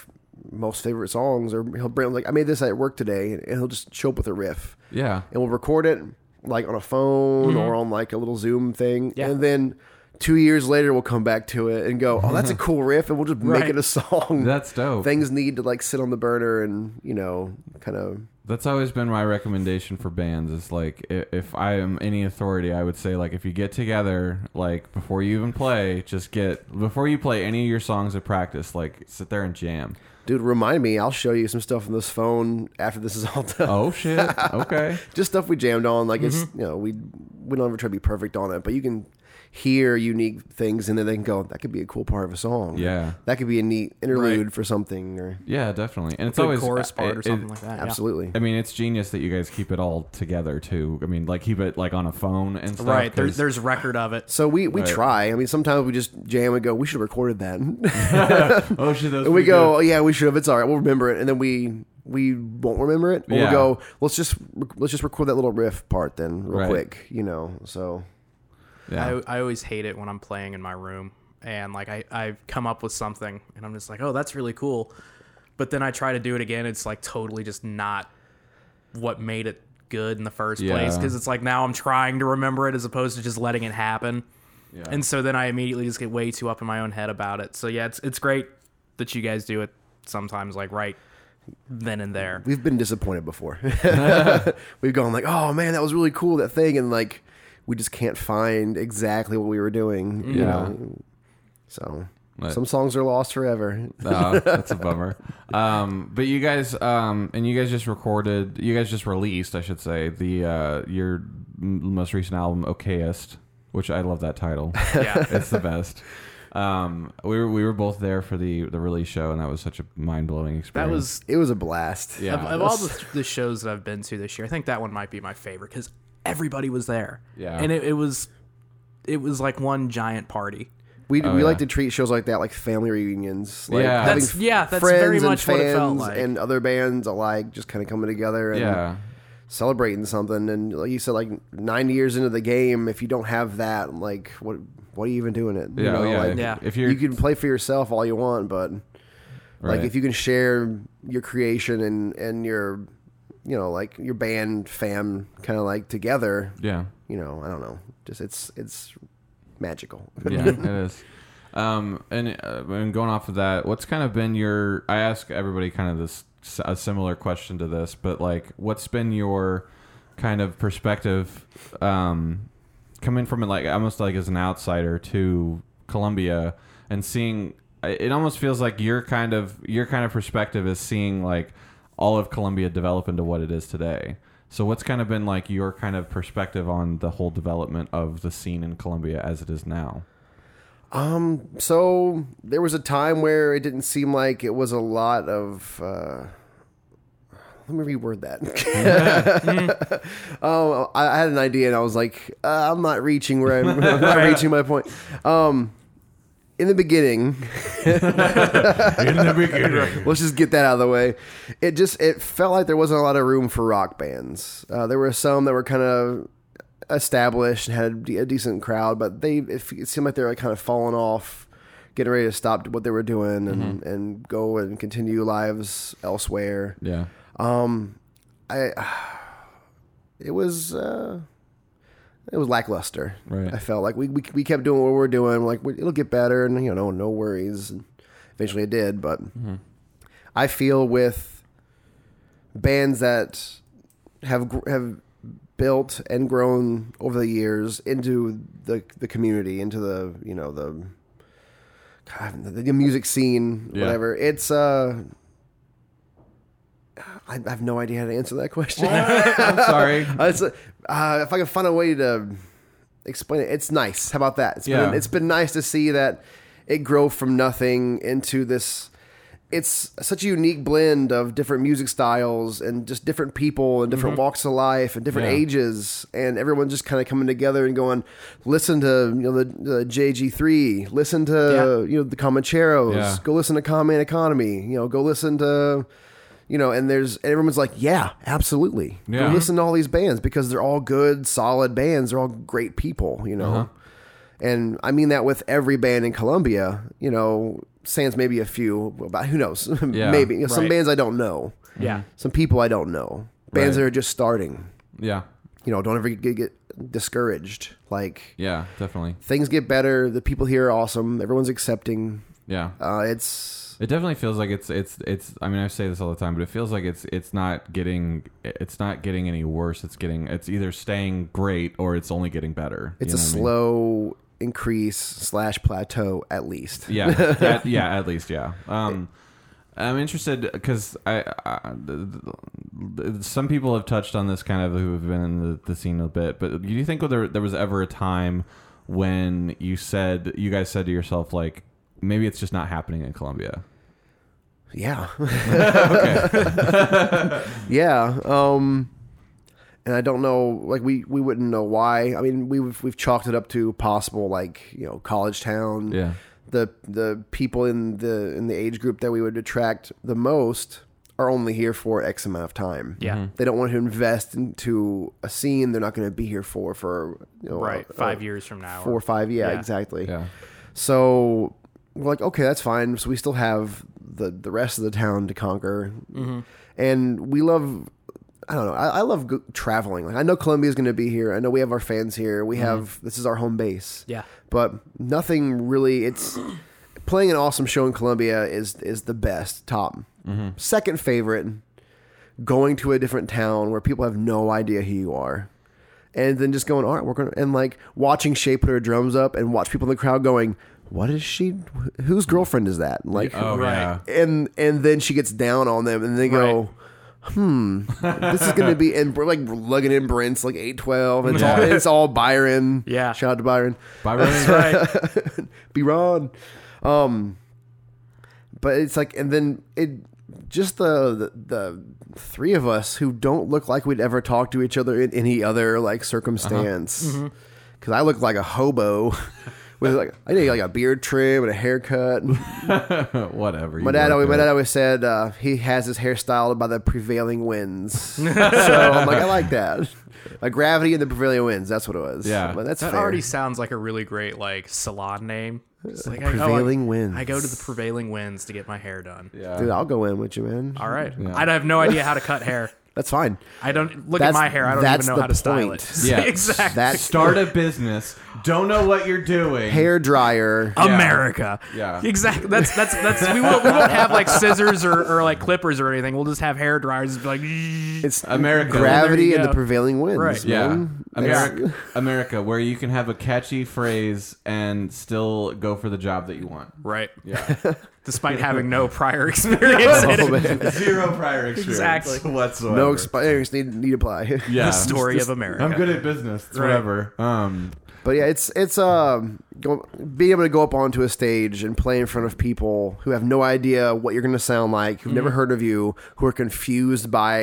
most favorite songs or he'll bring like i made this at work today and he'll just show up with a riff Yeah. and we'll record it like on a phone Mm-hmm. or on like a little Zoom thing, Yeah. and then two years later we'll come back to it and go, "Oh, that's a cool riff," and we'll just make Right. it a song. That's dope. Things need to like sit on the burner and you know, kind of That's always been my recommendation for bands. Is like i- if I am any authority, I would say like if you get together, like before you even play, just get before you play any of your songs at practice, like sit there and jam. dude. Remind me, I'll show you some stuff on this phone after this is all done. Oh Mm-hmm. shit! Okay. Just stuff we jammed on. Like it's you know we we don't ever try to be perfect on it, but you can hear unique things and then they can go that could be a cool part of a song Yeah. that could be a neat interlude for something or Yeah, definitely. And it's Good always uh, chorus part it- or it- something like that. yeah. absolutely I mean, it's genius that you guys keep it all together too. I mean, like keep it like on a phone and stuff. Right. There's 'cause- there's record of it. So we, we Right. try. I mean, sometimes we just jam and go, we should have recorded that. and oh shit, that was we pretty go, good. oh, yeah, we should have. It's all right. We'll remember it. And then we we won't remember it. Or Yeah. We'll go, let's just rec- let's just record that little riff part then, real Right. quick. You know. So Yeah. I, I always hate it when I'm playing in my room and like I, I've come up with something and I'm just like, oh, that's really cool. But then I try to do it again. It's like totally just not what made it good in the first place. Yeah. 'Cause place because it's like now I'm trying to remember it as opposed to just letting it happen. Yeah. And so then I immediately just get way too up in my own head about it. So yeah, it's it's great that you guys do it sometimes like right then and there. we've been disappointed before. we've gone like, oh man, that was really cool that thing, and like we just can't find exactly what we were doing. You Yeah. know. So Right. some songs are lost forever. Oh, that's a bummer. Um, but you guys, um, and you guys just recorded, you guys just released, I should say, the uh, your m- most recent album, Okayest, which I love that title. Yeah. it's the best. Um, we were we were both there for the the release show, and that was such a mind blowing experience. That was It was a blast. yeah, Of, of all the, the shows that I've been to this year, I think that one might be my favorite because everybody was there. Yeah. and it, it was, it was like one giant party. We, we Oh, yeah. like to treat shows like that like family reunions. Like Yeah. having That's- f- yeah, that's very much what it felt like. and other bands alike just kind of coming together and yeah, celebrating something. And like you said, like nine years into the game, if you don't have that, like what what are you even doing it? yeah, you know, yeah. Like, Yeah. If you're You can play for yourself all you want, but right. like if you can share your creation and and your you know like your band fam kind of like together, yeah. you know I don't know, just it's it's magical. yeah, it is. Um, and, uh, and going off of that, what's kind of been your? I ask everybody kind of this a similar question to this, but like, what's been your kind of perspective um, coming from it, like almost like as an outsider to Colombia and seeing? It almost feels like your kind of your kind of perspective is seeing like all of Colombia develop into what it is today. So what's kind of been like your kind of perspective on the whole development of the scene in Colombia as it is now? Um, so there was a time where it didn't seem like it was a lot of. Uh, let me reword that. um, I, I had an idea and I was like, uh, I'm not reaching where I'm, I'm not reaching my point. Um, in the beginning, in the beginning. let's just get that out of the way. It just it felt like there wasn't a lot of room for rock bands. Uh, there were some that were kind of established and had a decent crowd, but they it, f- it seemed like they were kind of falling off, getting ready to stop what they were doing and and go and continue lives elsewhere. Yeah. I it was uh, it was lackluster. Right. I felt like we, we we kept doing what we were doing. Like we, it'll get better, and you know, no worries. And eventually, it did. But I feel with bands that have gr- have built and grown over the years into the the community, into the you know the God, the, the music scene, Yeah. whatever. It's uh, I, I have no idea how to answer that question. I'm sorry. Uh, it's, uh, uh, if I can find a way to explain it, it's nice. How about that? It's Yeah. been, it's been nice to see that it grow from nothing into this. It's such a unique blend of different music styles and just different people and different walks of life and different Mm-hmm. Yeah. ages and everyone just kind of coming together and going, listen to you know the, the JG three, listen to you know the Comancheros, Yeah. go listen to Common Economy, you know go listen to you know and there's and everyone's like yeah absolutely Go Yeah. listen to all these bands because they're all good solid bands they're all great people you know Uh-huh. and i mean that with every band in colombia you know sans maybe a few about who knows Yeah. maybe You know, some Right. bands i don't know Yeah. some people i don't know bands Right. that are just starting Yeah. you know don't ever get, get discouraged like Yeah. Definitely. things get better the people here are awesome everyone's accepting Yeah. uh, it's It definitely feels like it's it's it's. I mean, I say this all the time, but it feels like it's it's not getting it's not getting any worse. It's getting it's either staying great or it's only getting better. You it's a know what I mean? slow increase slash plateau at least yeah at, yeah at least yeah um i'm interested because I, I th- th- th- some people have touched on this kind of who have been in the, the scene a bit but do you think there, there was ever a time when you said you guys said to yourself like maybe it's just not happening in colombia yeah okay Yeah. Um, and I don't know, like we, we wouldn't know why. I mean, we've we've chalked it up to possible, like you know, college town. yeah The the people in the in the age group that we would attract the most are only here for X amount of time. Yeah. Mm-hmm. They don't want to invest into a scene they're not going to be here for for you know, Right. uh, Five uh, years from now. four or five. Yeah, Yeah. exactly. yeah So we're like, okay, that's fine. So we still have the the rest of the town to conquer, and we love. I don't know. I, I love go- traveling. Like I know Columbia's going to be here. I know we have our fans here. We have this is our home base. Yeah. But nothing really. It's playing an awesome show in Colombia is is the best. Top second favorite. Going to a different town where people have no idea who you are and then just going, all right, we're going to, and like watching Shay put her drums up and watch people in the crowd going, what is she, whose girlfriend is that? And like, oh Right. yeah and, and then she gets down on them and they go, hmm, this is going to be, and we're like lugging in Brent's like 812. It's all, it's all Byron. Yeah. Shout out to Byron. Bye, Ryan. Right. Be Ron. Um, but it's like, and then it, just the, the the three of us who don't look like we'd ever talk to each other in any other like Uh-huh. circumstance. Mm-hmm. Cause I look like a hobo with like I need like a beard trim and a haircut. whatever My you dad work always my it. dad always said uh, he has his hair styled by the prevailing winds. so I'm like I like that. Like gravity and the prevailing winds. That's what it was. Yeah. But that's That fair. already sounds like a really great like salon name. It's like, I- oh, I- prevailing winds. I go to the prevailing winds to get my hair done. yeah Dude, I'll go in with you, man. All right. Yeah. I have no idea how to cut hair. That's fine. I don't look That's- at my hair. I don't that's even know the how to style point. it. Yeah. exactly. That start a business don't know what you're doing hair dryer. America. Yeah. Exactly. That's that's that's we won't, we won't have like scissors or, or like clippers or anything. We'll just have hair dryers and be like It's America. gravity There you and the go. prevailing winds. Right. Yeah. man. That's- America, America, where you can have a catchy phrase and still go for the job that you want. right. Yeah. Despite having no prior experience in Oh, it. man. Zero prior experience Exactly. whatsoever. No experience need need apply. yeah. The story Just- of America. I'm good at business. It's Right. whatever. Um, But yeah, it's it's um go, being able to go up onto a stage and play in front of people who have no idea what you're going to sound like, who've Mm-hmm. never heard of you, who are confused by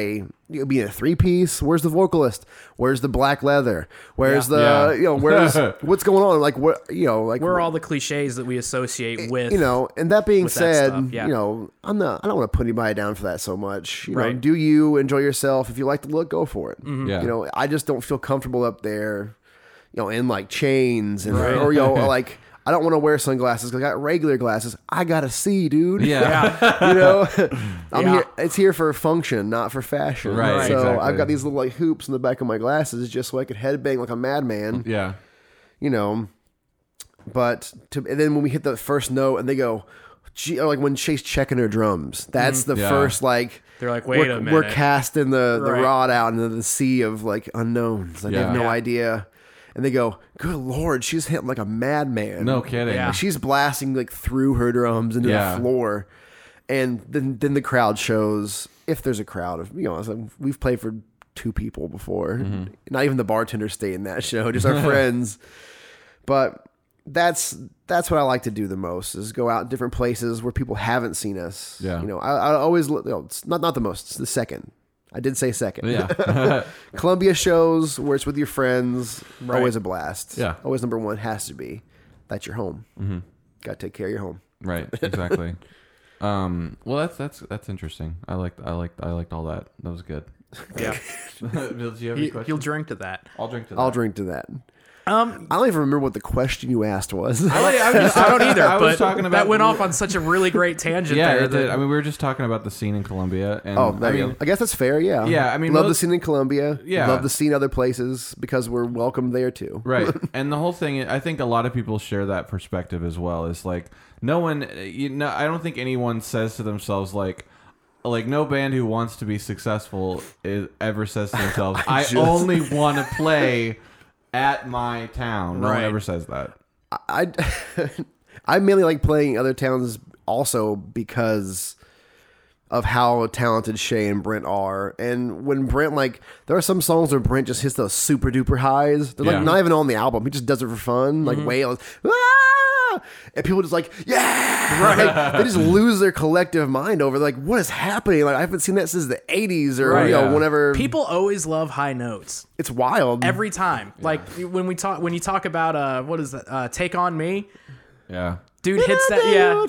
you know, being a three piece. Where's the vocalist? Where's the black leather? Where's Yeah. the Yeah. you know where's what's going on? Like what you know like We're all the cliches that we associate with you know, and that being with that said, stuff, yeah. you know, I'm not. I don't want to put anybody down for that so much. You know, Right. Mm-hmm. do you enjoy yourself? If you like the look, go for it. Yeah. You know, I just don't feel comfortable up there, you know, in like chains and Right. or you know, like I don't want to wear sunglasses. 'cause I got regular glasses. I gotta see, dude. yeah. you know, I'm Yeah. here. It's here for function, not for fashion. Right, So exactly. I've got these little like hoops in the back of my glasses just so I could headbang like a madman Yeah. you know. But to and then when we hit the first note and they go, gee, or like when Chase checking her drums, that's the Yeah. first like. Mm, They're like, "Wait we're, a We're minute." casting the, the Right. rod out into the sea of like unknowns. Like they Yeah. have no Yeah. idea. and they go, "Good lord, she's hitting like a madman." No kidding. Yeah. Like, she's blasting like through her drums into Yeah. the floor, and then then the crowd shows if there's a crowd. If you know, it's like, we've played for two people before. Mm-hmm. Not even the bartender stayed in that show, just our friends. But that's that's what I like to do the most is go out different places where people haven't seen us. Yeah. you know, I, I always look. You know, it's not not the most. It's the second. I did say second. Yeah. Columbia shows where it's with your friends, always a blast. Yeah. Always number one has to be that's your home. Mm-hmm. Got to take care of your home. right. Exactly. um. Well, that's that's that's interesting. I liked I liked I liked all that. That was good. Yeah. Bill, do you have any You, questions? you'll drink to that. I'll drink to that. I'll drink to that. Um, I don't even remember what the question you asked was. Um, I, just, I don't either. I was but talking about- that went off on such a really great tangent. yeah, there it that- did. I mean, we were just talking about the scene in Colombia, and oh, there I you mean, go. I guess that's fair. Yeah. Yeah, I mean, love the most- scene in Colombia. Yeah. Love the scene other places because we're welcome there too. right and the whole thing i think a lot of people share that perspective as well it's like no one you know i don't think anyone says to themselves like like no band who wants to be successful is, ever says to themselves i, just- only want to play at my town no one Right. ever says that I I mainly like playing other towns also because of how talented Shay and Brent are. And when Brent like there are some songs where Brent just hits those super duper highs. They're Yeah. like not even on the album. He just does it for fun, Mm-hmm. like wails. "Ah!" And people just like, yeah, right. they just lose their collective mind over like what is happening. Like I haven't seen that since the '80s or Right, you know yeah. whenever. people always love high notes. it's wild. every time. Like when we talk, when you talk about uh, what is that? Uh, Take on me, yeah dude hits that. Yeah,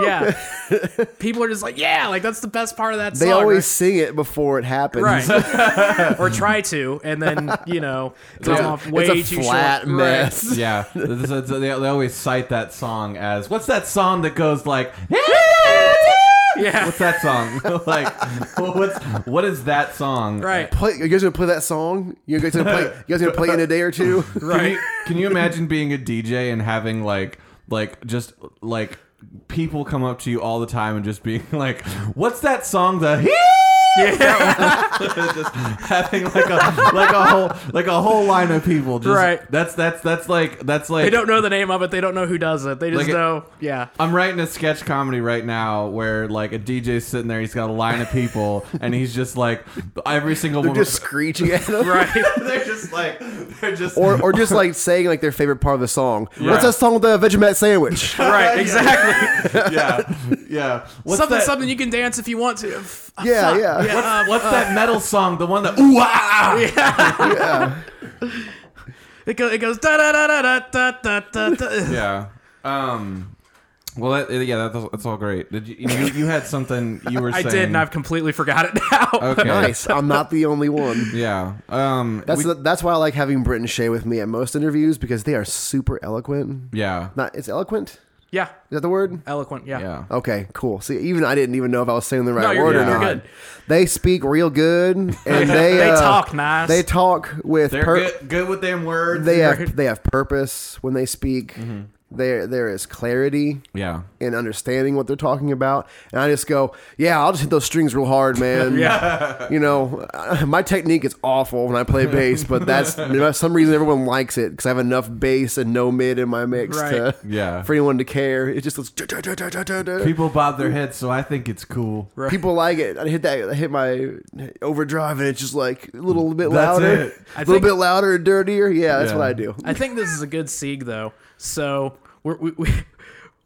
yeah. People are just like, yeah, like that's the best part of that song. They always right? sing it before it happens. Right, or try to, and then you know it goes a- off way it's a too flat short. mess. yeah This is- they, they always cite that song as what's that song that goes like Right. Yeah, what's that song like what's what is that song right. play. You guys gonna play that song? You guys gonna play? You guys gonna play in a day or two? Can you, can you imagine being a DJ and having like like just like people come up to you all the time and just being like, "What's that song?" The just having like a like a whole like a whole line of people. Just, Right. That's that's that's like that's like They don't know the name of it. They don't know who does it. They just Like it- know. yeah. I'm writing a sketch comedy right now where like a DJ's sitting there, he's got a line of people, and he's just like every single They're one. just screeching at them, Right. they're just like they're just or or just like saying like their favorite part of the song. Yeah. What's that song with the Vegemite sandwich? Right. Exactly. yeah yeah. What's something. that- Something you can dance if you want to. F- yeah, yeah, Yeah. uh, What's that metal song? The one that ooh ah, ah, ah. it, go, it goes da da da da da da da da. yeah. Um. Well, that, yeah, that's, that's all great. Did you, you you had something you were? I saying. did, and I've completely forgot it now. okay. Nice. I'm not the only one. Yeah. Um. That's we- the, that's why I like having Brit and Shay with me at most interviews because they are super eloquent. yeah. Not it's eloquent. Is Yeah, that the word? eloquent. Yeah. Yeah. Okay, cool. See, even I didn't even know if I was saying the right No, you're word good, or you're not. good. They speak real good, and they They uh, talk nice. They talk with They're per- good, good with them words. they Right. have they have purpose when they speak. There there is clarity yeah. in understanding what they're talking about, and I just go, yeah, I'll just hit those strings real hard, man. yeah, you know, my technique is awful when I play bass, but that's for some reason everyone likes it because I have enough bass and no mid in my mix to, Right. Yeah. for anyone to care. It just goes. "Da, da, da, da, da, da, da." People bob their heads, so I think it's cool. Right. People like it. I hit that. I hit my overdrive, and it's just like a little bit That's louder, it. a I little think- bit louder and dirtier. Yeah, that's Yeah. what I do. I think this is a good sieg though. So we're, we we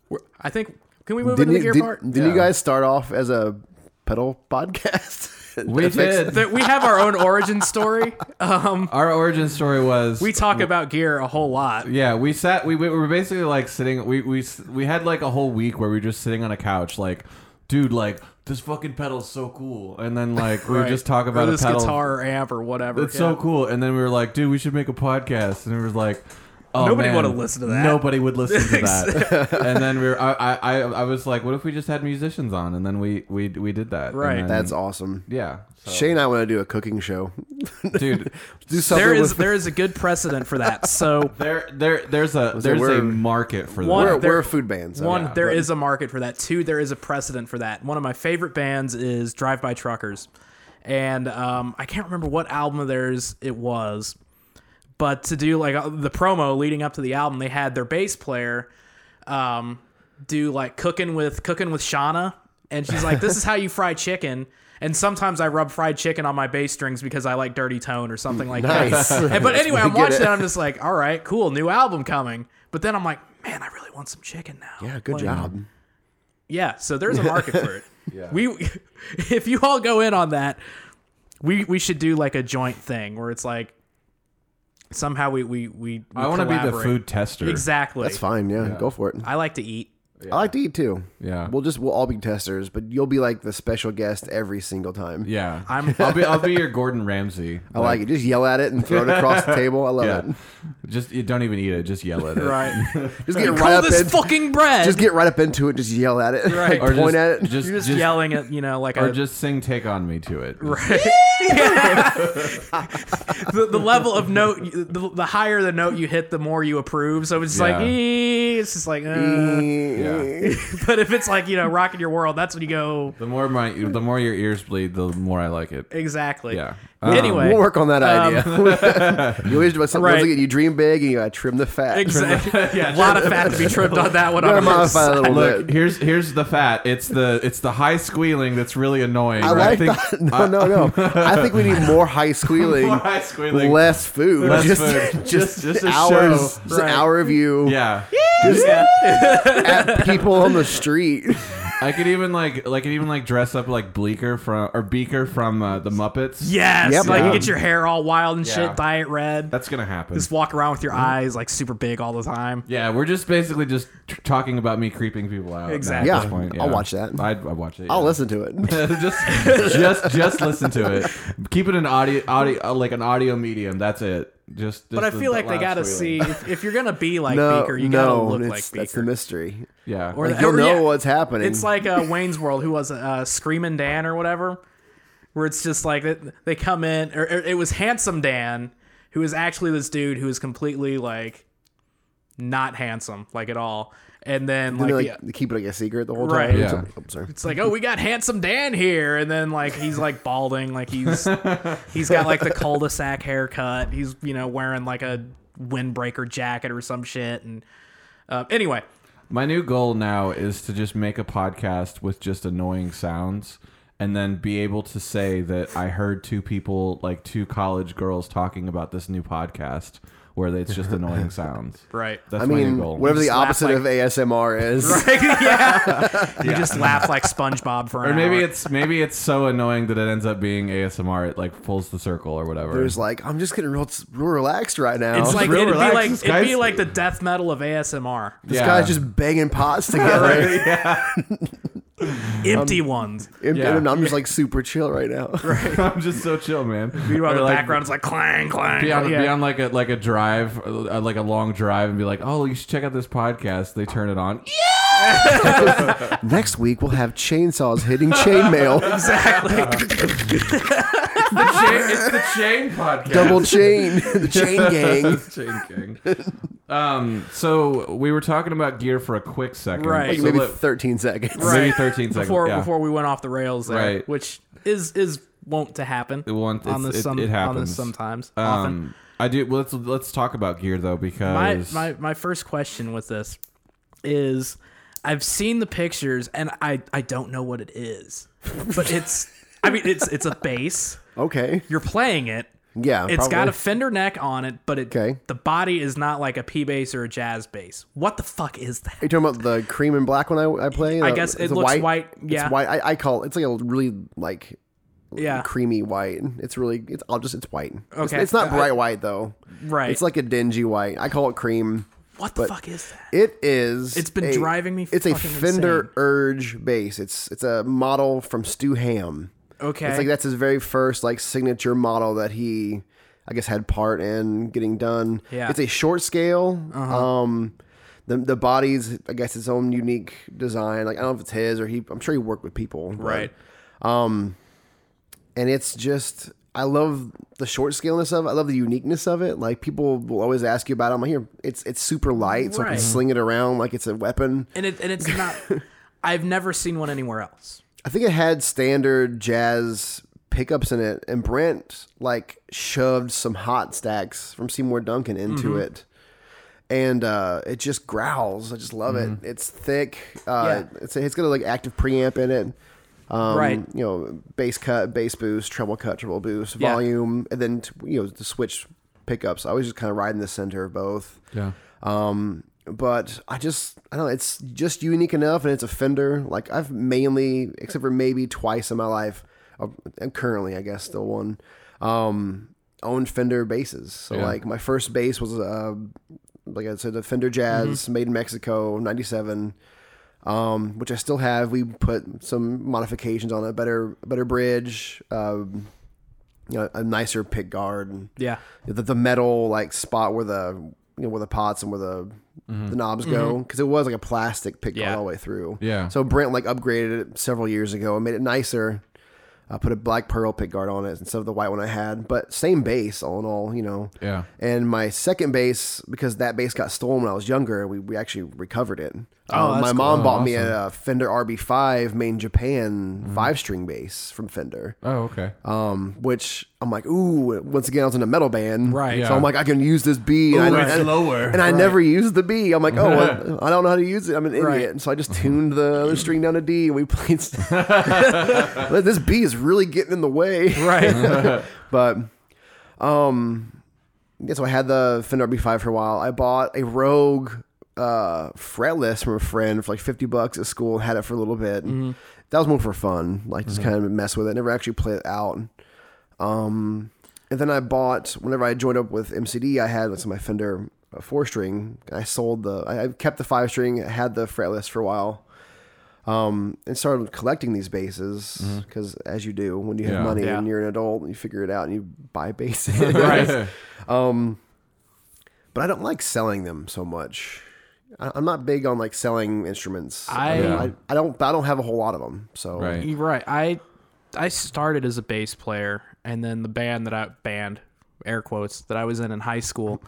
we're, I think can we move didn't into the you, gear did, part? didn't you Yeah. guys start off as a pedal podcast? We That makes- did. That we have our own origin story. Um, Our origin story was we talk about gear a whole lot. Yeah, we sat. We, we were basically like sitting. We we s- we had like a whole week where we were just sitting on a couch, like, dude, like this fucking pedal's so cool. And then like we would Right. just talk about or a this pedal. guitar or amp or whatever. It's so Yeah. cool. And then we were like, dude, we should make a podcast. And we were like, oh, Nobody man, wanna listen to that. Nobody would listen to that. and then we were, I, I, I- I was like, what if we just had musicians on? And then we we we did that. And Right. then- That's awesome. yeah. So, Shay and I want to do a cooking show. dude, Do something There is with- there is a good precedent for that. So there there there's a it there's a word? market for One- that. we're, there- we're a food band. So one yeah. there is a market for that two there is a precedent for that one of my favorite bands is drive by truckers and um, i can't remember what album of theirs it was But to do like uh, the promo leading up to the album, they had their bass player um, do like cooking with cooking with Shauna, and she's like, "This is how you fry chicken." And sometimes I rub fried chicken on my bass strings because I like dirty tone or something like Nice. that. And- but anyway, I'm get watching it. that. I'm just like, "All right, cool, new album coming." But then I'm like, "Man, I really want some chicken now." Yeah, good Like, job. Yeah, so there's a market for it. We, if you all go in on that, we we should do like a joint thing where it's like somehow we we we. we I want to be the collaborate. food tester. Exactly. That's fine. Yeah, go for it. I like to eat. I like to eat too. Yeah. We'll just we'll all be testers, but you'll be like the special guest every single time. Yeah, I'm- I'll be. I'll be your Gordon Ramsay. I like it. Just yell at it and throw it across the table. I love Yeah. it. Just you don't even eat it. Just yell at it. Right. Just get you right call up this in, fucking bread. just get right up into it. Just yell at it. Like, Right. Or point just, at it. Just, You're just just- yelling at you know like Or a, just sing "Take on Me" to it. the, the level of note the, the higher the note you hit the more you approve so it's just like Yeah. "Ee," it's just like uh. Yeah. but if it's like you know rocking your world that's when you go The more my, the more your ears bleed, the more I like it. exactly Yeah. Uh, anyway We'll work on that Um, idea. you always do something. Right. Right. You dream big and you gotta trim the fat. Exactly. yeah, a lot of fat to be trimmed on that one. Gotta On our modify it a side. little Look, bit. here's here's the fat. It's the it's the high squealing that's really annoying. I right? like that. No, no, no. I think we need more high squealing, More high squealing. less food, Less just, food. Just- just just a hours, show. just an Right. hour of you Yeah, at people on the street. I could even like like could even like dress up like Bleaker from or Beaker from uh, the Muppets. Yes, Yep. like Yeah. you get your hair all wild and Yeah. shit, dye it red. that's gonna happen. just walk around with your eyes like super big all the time. Yeah, we're just basically just t- talking about me creeping people out. now Exactly. At Yeah, this point. I'll watch that. I'd, I'd watch it. I'll yeah. listen to it. just, just, just listen to it. Keep it an audio, audio, uh, like an audio medium. That's it. Just. But I feel like they gotta see if, if you're gonna be like No, Beaker, you gotta no, look it's, like that's the Beaker. mystery. see. Yeah. Or Like, you'll know yeah, what's happening. It's like uh, Wayne's World. Who was it? uh, Screaming Dan or whatever, where it's just like they, they come in, or, or it was Handsome Dan, who is actually this dude who is completely like not handsome, like at all. And then Didn't like, they, the- like they keep it like a secret the whole Right. time. Yeah. So- I'm sorry. It's like, oh, we got handsome Dan here, and then like he's like balding, like he's he's got like the cul-de-sac haircut. He's you know wearing like a windbreaker jacket or some shit. And uh, anyway, My new goal now is to just make a podcast with just annoying sounds and then be able to say that I heard two people, like two college girls, talking about this new podcast where it's just annoying sounds. right, That's I my mean, new goal. whatever the Just laugh opposite like- of ASMR is. yeah, you just laugh like SpongeBob for an or maybe hour. it's maybe it's so annoying that it ends up being ASMR. It like pulls the circle or whatever. There's like, I'm just getting real, real relaxed right now. It's like real it'd relaxed, be like it'd be guys. like the death metal of ASMR, this Yeah. guy's just banging pots together. empty ones. and, Yeah. and I'm just like super chill right now. I'm just so chill, man. Meanwhile, Or, the like, background is like clang clang. Be on, yeah. be on like a like a drive, uh, like a long drive, and be like, "Oh, you should check out this podcast." They turn it on. Next week we'll have chainsaws hitting chainmail, exactly. it's the Chain Podcast. double chain, the chain gang. Chain Gang. Um, so we were talking about gear for a quick second, Right. Like So maybe let- 13 seconds. Right. maybe thirteen seconds before yeah. before we went off the rails there, Right. which is is won't to happen. It won't- on it's- this it- some, it on happens. this sometimes often. Um, I do. Well, let's let's talk about gear though, My, because my my first question with this is I've seen the pictures and I I don't know what it is, but it's I mean it's it's a bass. Okay. You're playing it. Yeah. It's probably. got a Fender neck on it, but it Okay. the body is not like a P bass or a jazz bass. What the fuck is that? Are you talking about the cream and black one I, I play? I The- guess it it's a looks white. white, yeah. It's white. I, I call it. It's like a really like Yeah, creamy white. It's really. It's. I'll just. It's white. Okay. It's, Okay. it's not I- bright white though. Right. It's like a dingy white. I call it cream. what the but- fuck is that? It is. It's been a- driving me It's a fucking Fender insane. Urge bass. It's it's a model from Stu Ham. Okay, It's like that's his very first like signature model that he, I guess, had part in getting done. Yeah. Uh-huh. it's a short scale. Um, the the body's I guess its own unique design. Like I don't know if it's his or he. I'm sure he worked with people. but- right. and it's just I love the short scaleness of it. I love the uniqueness of it. Like people will always ask you about it. I'm like, here, it's it's super light, so I Right. can sling it around like it's a weapon. and it and it's not. I've never seen one anywhere else. I think it had standard jazz pickups in it, and Brent like shoved some hot stacks from Seymour Duncan into Mm-hmm. it, and uh, it just growls. I just love Mm-hmm. it. It's thick. Uh, It's it's got a like active preamp in it. Um, Right. You know, bass cut, bass boost, treble cut, treble boost, Yeah. volume, and then t- you know the switch pickups. I was just kind of riding the center of both. Yeah. Um, but I just, I don't know, it's just unique enough and it's a Fender. Like, I've mainly, except for maybe twice in my life, uh, and currently, I guess, still one, um, owned Fender basses. So, Yeah. like, my first bass was, uh, like I said, a Fender Jazz made in Mexico, 97. Um, which I still have. We put some modifications on it, better, better bridge, um, you know, a nicer pick guard, and Yeah. the, the metal like spot where the you know where the pots and where the the knobs go because it was like a plastic pick Mm-hmm. Yeah. all the way through. Yeah. So Brent like upgraded it several years ago and made it nicer. I put a black pearl pick guard on it instead of the white one I had, but same bass all in all, you know. Yeah. And my second bass, because that bass got stolen when I was younger, we, we actually recovered it. Um, Oh, Mm-hmm. that's my cool. mom Oh, bought me a Fender RB5 made in Japan five string bass from Fender Oh, okay. um, which I'm like, ooh, once again, I was in a metal band. Right. Yeah. So I'm like, I can use this B. and I, it's and- lower. And I never used the B. I'm like, oh, well, I don't know how to use it. I'm an idiot. And so I just tuned the other string down to D and we played. st- this B is really getting in the way. Right. but, um, yeah, so I had the Fender RB5 for a while. I bought a Rogue uh fretless from a friend for like 50 bucks at school had it for a little bit Mm-hmm. that was more for fun like just kind of mess with it never actually play it out um, and then I bought whenever I joined up with MCD, I had some of my Fender uh, four string. I sold the, I, I kept the five string, had the fretless for a while, um, and started collecting these basses because as you do when you have Mm-hmm. Yeah. money Yeah. and you're an adult, you figure it out and you buy basses. Right. but I don't like selling them so much. I, I'm not big on like selling instruments. I- mean, Yeah. I, I don't I don't have a whole lot of them. So Right. You're right. I I started as a bass player, and then the band that I band air quotes that I was in in high school,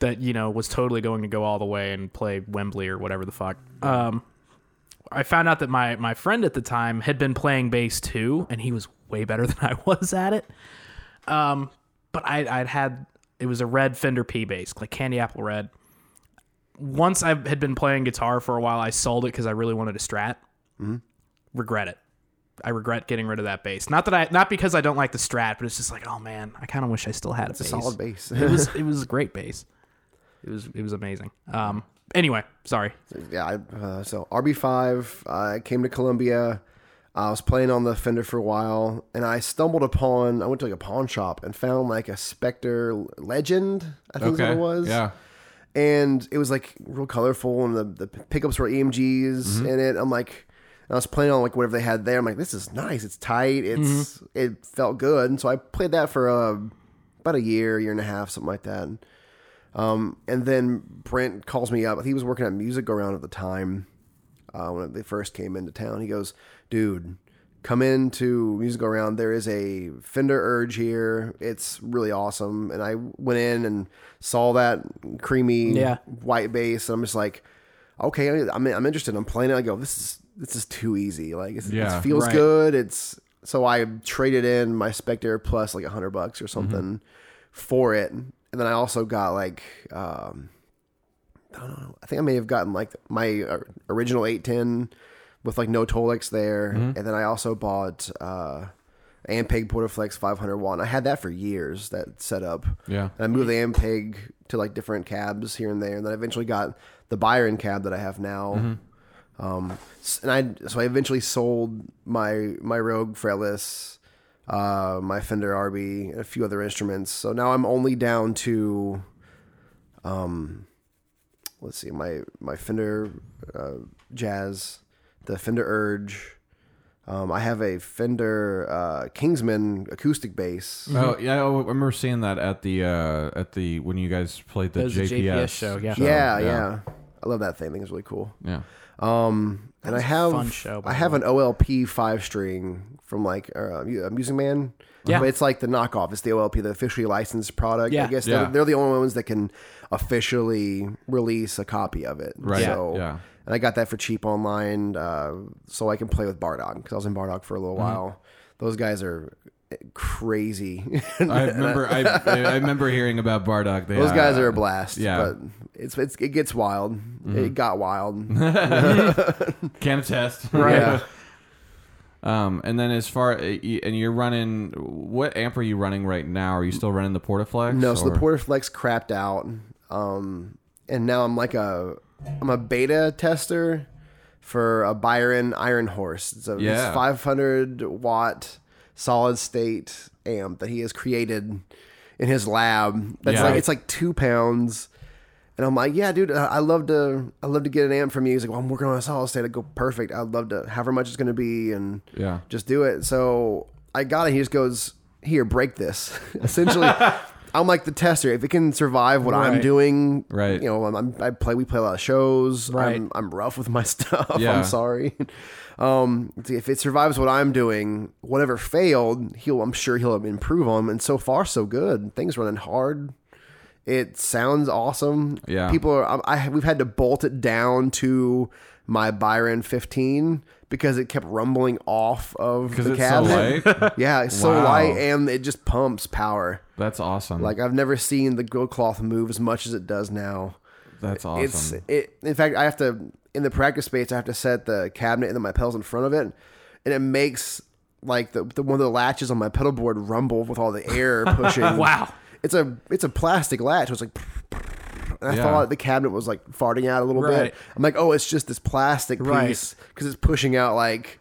that you know was totally going to go all the way and play Wembley or whatever the fuck. Um, I found out that my my friend at the time had been playing bass too, and he was way better than I was at it. Um, but I I'd had it was a red Fender P bass, like candy apple red. Once I had been playing guitar for a while, I sold it because I really wanted a Strat. Mm-hmm. Regret it. I regret getting rid of that bass. Not that I, not because I don't like the Strat, but it's just like, oh man, I kind of wish I still had a bass. solid bass. it was it was a great bass. It was it was amazing. Um. Anyway, sorry. yeah, I, uh, so RB5, uh, I came to Columbia. I was playing on the Fender for a while, and I stumbled upon. I went to like a pawn shop and found like a Spectre Legend. I think is okay. what it was. Yeah. And it was like real colorful, and the, the pickups were EMGs Mm-hmm. in it. I'm like, and I was playing on like whatever they had there. I'm like, this is nice. It's tight. Mm-hmm. It's it felt good. And so I played that for uh, about a year, year and a half, something like that. Um, and then Brent calls me up. He was working at Music Around at the time uh, when they first came into town. He goes, "Dude, come into Music Around. There is a Fender Urge here. It's really awesome." And I went in and saw that creamy Yeah. white bass, and I'm just like, "Okay, I- I'm I'm interested. I'm playing it." I go, "This is this is too easy. Like it's, Yeah, it feels right. good. It's so I traded in my Spectre plus like a hundred bucks or Mm-hmm. something for it, and then I also got like um, I don't know. I think I may have gotten like my uh, original eight ten with like no Tolex there, Mm-hmm. and then I also bought uh, Ampeg Portaflex five hundred watt. And I had that for years. That setup. Yeah. And I moved the Ampeg to like different cabs here and there, and then I eventually got the Byron cab that I have now. Mm-hmm. Um, s- and I so I eventually sold my my Rogue fretless, uh, my Fender RB, and a few other instruments. So now I'm only down to, um, let's see, my my Fender uh, Jazz, the Fender Urge. Um, I have a Fender uh, Kingsman acoustic bass. Oh yeah, oh, I remember seeing that at the uh, at the when you guys played the That was the JPS, JPS show, yeah. yeah, yeah. yeah, I love that thing. I think it's really cool. Yeah. Um, and I have fun show, by I the have an OLP five string from like uh, Mu- uh, Music Man. Yeah. but it's like the knockoff. It's the OLP, the officially licensed product. Yeah. I guess Yeah. they're, they're the only ones that can officially release a copy of it. Right. Yeah. So, Yeah. And I got that for cheap Mm-hmm. online, uh, so I can play with Bardog because I was in Bardog for a little while. Those guys are crazy. I remember. I, I remember hearing about Bardock. They, Those guys uh, are a blast. yeah. Mm-hmm. but it's, it's it gets wild. It got wild. can attest. Yeah. Um, and then as far and you're running, what amp are you running right now? Are you still running the Portaflex? No, so or- the Portaflex crapped out, um, and now I'm like a I'm a beta tester for a Byron Iron Horse. It's a it's Yeah. 500 watt solid state amp that he has created in his lab. That's Yeah. like it's like two pounds. And I'm like, yeah, dude, I I love to, I love to get an amp from you. He's like, well, I'm working on a solid state. I go perfect. I'd love to, however much it's going to be, and Yeah. just do it. So I got it. He just goes, here, break this. Essentially, I'm like the tester. If it can survive what I'm Right. doing, Right. You know, I'm, I'm, I play. We play a lot of shows. Right. I'm, I'm rough with my stuff. Yeah. I'm sorry. Um, if it survives what I'm doing, whatever failed, he'll. I'm sure he'll improve on. And so far, so good. Things running hard. It sounds awesome. Yeah. People are. um, I, I we've had to bolt it down to my Byron 15 because it kept rumbling off of 'Cause the it's so cabinet. light? yeah, it's so Wow. light and it just pumps power. That's awesome. Like I've never seen the gold cloth move as much as it does now. that's awesome. It's it. In fact, I have to in the practice space. I have to set the cabinet and then my pedals in front of it, and it makes like the, the one of the latches on my pedal board rumble with all the air pushing. Wow. It's a it's a plastic latch. It's like, and I Yeah. thought the cabinet was like farting out a little Right. bit. I'm like, oh, it's just this plastic Right. piece because it's pushing out like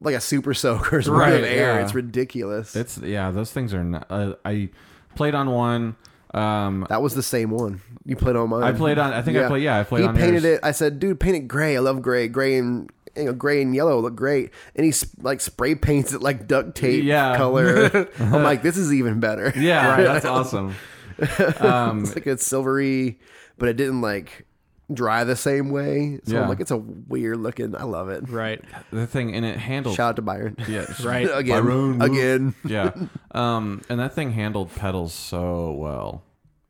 like a super soaker's right, Right, of air. yeah. It's ridiculous. It's yeah, those things are. Not, uh, I played on one. Um, That was the same one you played on mine. I played on- I think I played- yeah, I played He on painted yours. it. I said, dude, paint it gray. I love gray. Gray and you know, gray and yellow look great. And he sp- like spray paints it like duct tape Yeah. color. I'm like, this is even better. yeah, right, that's awesome. it's like it's silvery, but it didn't like dry the same way. So Yeah. I'm like, it's a weird looking. I love it. Right. The thing and it handled. Shout out to Byron. yeah, Right. again, Byron. again. yeah. Um, and that thing handled pedals so well.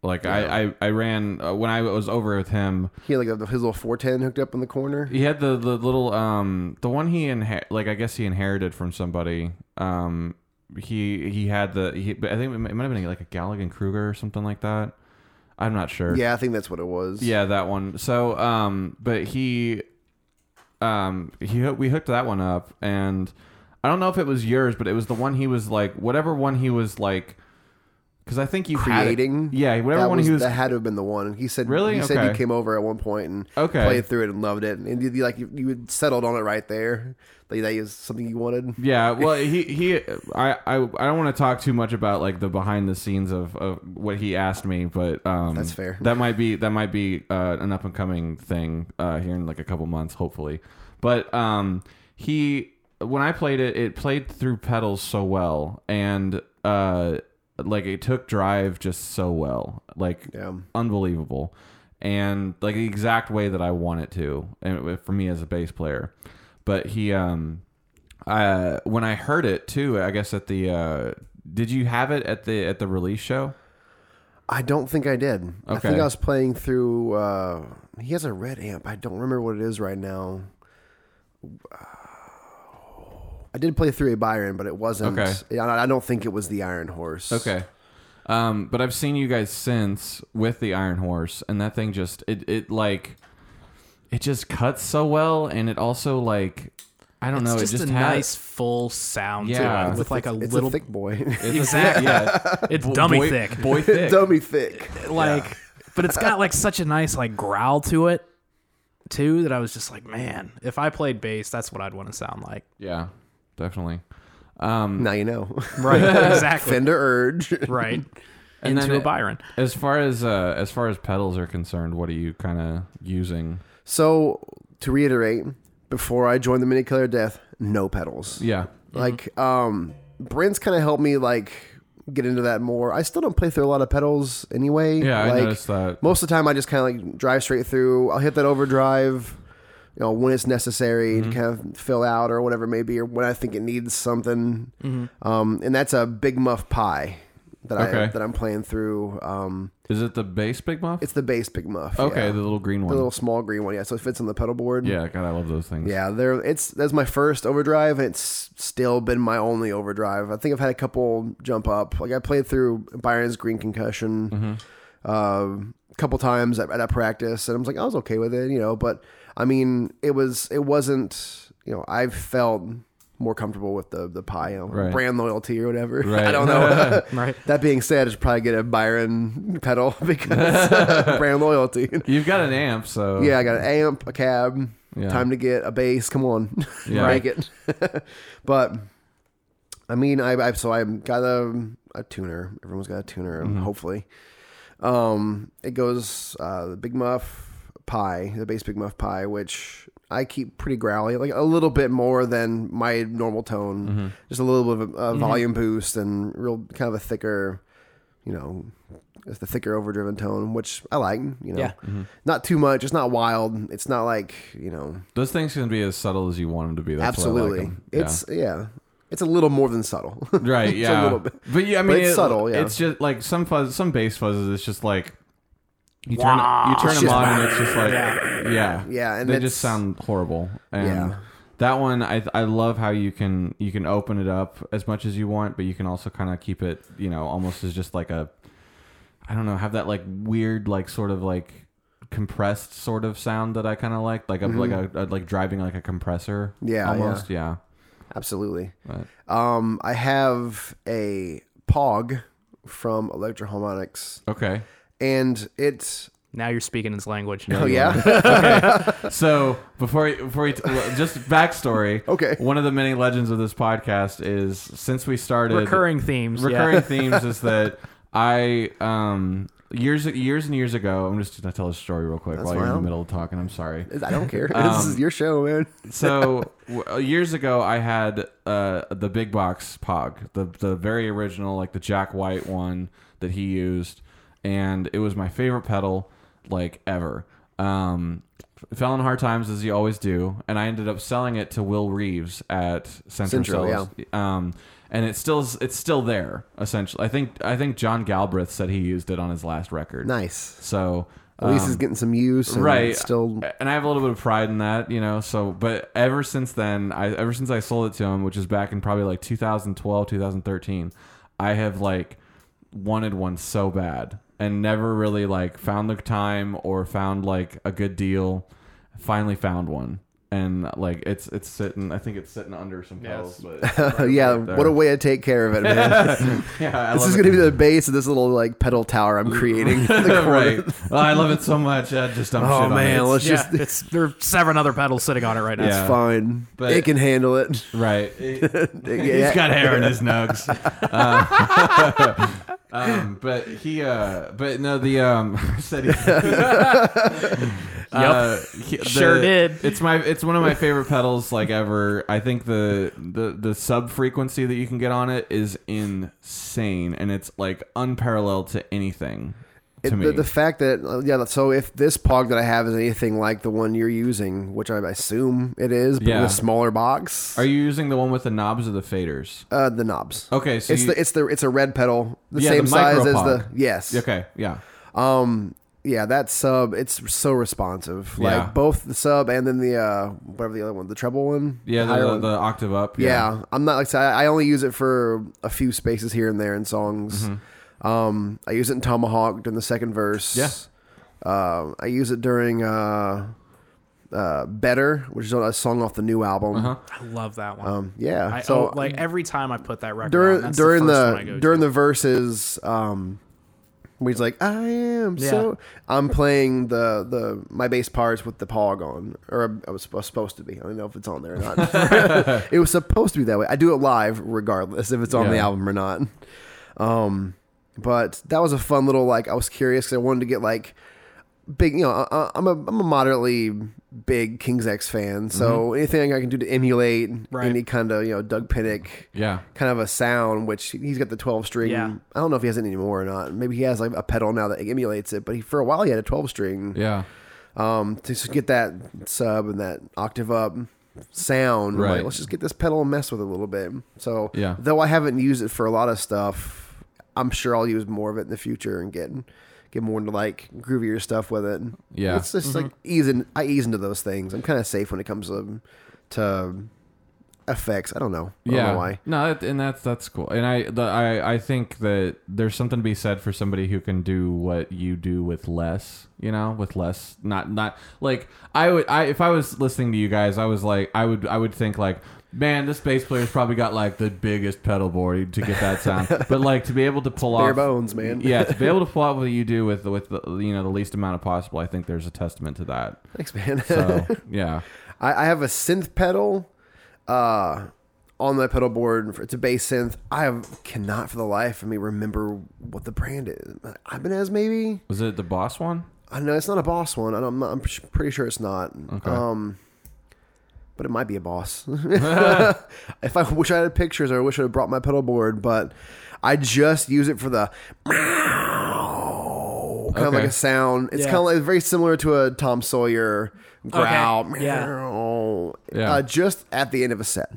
Like I, I, I ran uh, when I was over with him. He had like a, his little 410 hooked up in the corner. He had the, the little um the one he inher- like I guess he inherited from somebody. Um, he he had the he, but I think it might have been like a Gallagher Kruger or something like that. I'm not sure. Yeah, I think that's what it was. Yeah, that one. So, um, but he, um, he we hooked that one up, and I don't know if it was yours, but it was the one he was like, whatever one he was like, because I think you had it- creating. yeah, whatever that one was, he was. that had to have been the one. He said Really? He said Okay. you came over at one point and Okay. played through it and loved it, and you, you like you, you had settled on it right there. Like that is something you wanted. yeah, well, he he, I I, I don't want to talk too much about like the behind the scenes of, of what he asked me, but um, That's fair. That might be that might be uh, an up and coming thing uh, here in like a couple months, hopefully. But um, he when I played it, it played through pedals so well, and uh, like it took drive just so well, like Yeah. unbelievable, and like the exact way that I want it to, and it- for me as a bass player. But he um, uh, when I heard it too, I guess at the uh, did you have it at the at the release show? I don't think I did. I think Okay. I was playing through. Uh, he has a red amp. I don't remember what it is right now. I did play through a Byron, but it wasn't. Okay. yeah, I I don't think it was the Iron Horse. Okay. Um, but I've seen you guys since with the Iron Horse, and that thing just it it like it just cuts so well, and it also like I don't It's know, just, it just a has, nice full sound Yeah. to it It's with like a It's little a thick boy, it's Exactly. yeah, It's dummy boy, thick. boy thick. dummy thick. like but it's got like such a nice like growl to it too that I was just like, man, if I played bass, that's what I'd want to sound like. Yeah, definitely. Mm. Now you know. Right. exactly. Fender Urge. Right. And then Into a it- Byron. As far as uh, as far as pedals are concerned, what are you kind of using? So to reiterate, before I joined the Mini Killer Death, no pedals. Yeah, Like, um, Brent's kind of helped me like get into that more. I still don't play through a lot of pedals anyway. yeah, like, I noticed that. Most of the time, I just kind of like drive straight through. I'll hit that overdrive, you know, when it's necessary Mm-hmm. to kind of fill out or whatever it may be, or when I think it needs something. Um, and that's a Big Muff Pie that I Mm-hmm. Okay. that I'm playing through. Um, Is it the base Big Muff? It's the base Big Muff. okay, yeah. the little green the one. little small green one. Yeah, so it fits on the pedal board. yeah, God, I love those things. Yeah, there it's that's my first overdrive and it's still been my only overdrive. I think I've had a couple jump up. Like I played through Byron's Green Concussion Mm-hmm. um, a couple times at, at a practice and I was like I was okay with it, you know, but I mean, it was it wasn't, you know, I felt more comfortable with the the pie, you know, Right. brand loyalty or whatever. I Right. don't know. Right. That being said, I should probably get a Byron pedal because brand loyalty. You've got an amp, so Yeah, I got an amp, a cab. Oh. Yeah. Time to get a bass. Come on, Yeah. make it. but I mean, I, I so I got a a tuner. Everyone's got a tuner, hopefully. Um, it goes uh, the Big Muff Pie, the bass Big Muff Pie, which I keep pretty growly, like a little bit more than my normal tone, just a little bit of a, a volume boost and real kind of a thicker, you know, it's the thicker overdriven tone, which I like. You know, Yeah. not too much. It's not wild. It's not like you know, Those things can be as subtle as you want them to be. That's why I like absolutely. 'em. Yeah. it's yeah, it's a little more than subtle. right. It's a Yeah, little bit. but yeah, I mean, it's it- subtle, yeah. it's just like some fuzz, some bass fuzzes. It's just like you turn you turn them on, and it's just like yeah, yeah, Yeah, and they it's- just sound horrible. And Yeah. that one, I I love how you can you can open it up as much as you want, but you can also kind of keep it, you know, almost as just like a, I don't know, have that like weird like sort of like compressed sort of sound that I kind of like, like a, like a, a- like driving like a compressor, Mm-hmm. Yeah, yeah. almost, yeah. Absolutely. Right. Um, I have a Pog from Electro Harmonics, Okay. and it's Now you're speaking his language. oh yeah, So before you, before you t- well, just backstory. Okay. One of the many legends of this podcast is since we started Recurring themes. recurring Yeah. themes is that I um years years and years ago. I'm just gonna tell a story real quick while you're in the fine. middle of talking. I'm sorry. I don't care. this Um, is your show, man. So w- uh, years ago, I had uh, the big box Pog, the the very original, like the Jack White one that he used, and it was my favorite pedal like ever. Um, fell in hard times as you always do, and I ended up selling it to Will Reeves at Centrum Centrum, Sales. Um, and it's still it's still there essentially. I think I think John Galbraith said he used it on his last record. Nice. So At least um, it's getting some use. And right it's Still. and i have a little bit of pride in that you know so but ever since then i ever since i sold it to him which is back in probably like 2012 2013 i have like wanted one so bad and never really like found the time or found like a good deal finally found one and like it's it's sitting i think it's sitting under some pedals but yeah. there. What a way to take care of it, man. yeah I this love is it. going to be the base of this little like pedal tower I'm creating. in the corner. right well, i love it so much i just dump Oh shit man, on it. let's Yeah, just. it's, there are seven other pedals sitting on it right now. Yeah. It's fine. But- it can handle it. right It- Yeah. He's got hair in his nugs. Uh, um, but he, uh, but no, the um, said he. Uh, he- the- Sure did. It's my, it's one of my favorite pedals like ever. I think the the the sub frequency that you can get on it is insane, and it's like unparalleled to anything. To It- me, the, the fact that uh, yeah, so if this pog that I have is anything like the one you're using, which I assume it is, but in Yeah. a smaller box, are you using the one with the knobs or the faders? uh, the knobs. Okay, so it's you- the it's the it's a red pedal, the Yeah, same the size as the micropog. yes. Okay, yeah, Um, yeah, that sub it's so responsive. Like Yeah. both the sub and then the uh whatever the other one, the treble one, yeah, higher the, the, one. the octave up. yeah. I'm not like so I I only use it for a few spaces here and there in songs. Um, I use it in Tomahawk during the second verse. Yeah. Um, I use it during uh, uh, Better, which is a song off the new album. I love that one. Um, yeah. I, so oh, like every time I put that record on, during that's during the, first one I the, go during to. the verses, um, where he's like, "I am Yeah. so." I'm playing the the my bass parts with the pog on, or I was supposed- supposed to be. I don't know if it's on there or not. it was supposed to be that way. I do it live, regardless if it's on the Yeah. album or not. Um, but that was a fun little like. I was curious because I wanted to get like big. You know, I- I, I'm a I'm a moderately big King's X fan, so anything I can do to emulate Mm-hmm. Right. any kind of you know Doug Pinnick yeah. kind of a sound, which he's got the 12 string. Yeah. I don't know if he has it anymore or not. Maybe he has like a pedal now that emulates it, but he, for a while he had a 12 string. yeah. Um, to just get that sub and that octave up sound. I'm like, Right. let's just get this pedal and mess with it a little bit. So, Yeah. though I haven't used it for a lot of stuff, I'm sure I'll use more of it in the future and get get more into like groovier stuff with it. Yeah. it's just like ease in, I ease into those things. I'm kind of safe when it comes to to effects. I don't know. I yeah. don't know why. No, that, and that's that's cool. And I, the, I I think that there's something to be said for somebody who can do what you do with less. You know, with less. Not not like I would. I if I was listening to you guys, I was like, I would I would think like. Man, this bass player's probably got like the biggest pedal board to get that sound, but like to be able to pull Bare off bones, man. yeah, to be able to pull out what you do with with the, you know the least amount of possible, I think there's a testament to that. Thanks, man. So yeah, I, I have a synth pedal uh, on my pedal board. It's a bass synth. I have, cannot for the life of me remember what the brand is. Ibanez, maybe? was it the boss one? I know it's not a Boss one. I don't, I'm, not, I'm sh- pretty sure it's not. Okay. Um, but it might be a Boss. if I wish I had pictures, or I wish I had brought my pedal board. But I just use it for the kind of Okay. like a sound. It's Yeah. kind of like very similar to a Tom Sawyer growl. Yeah. Yeah. Uh, just at the end of a set,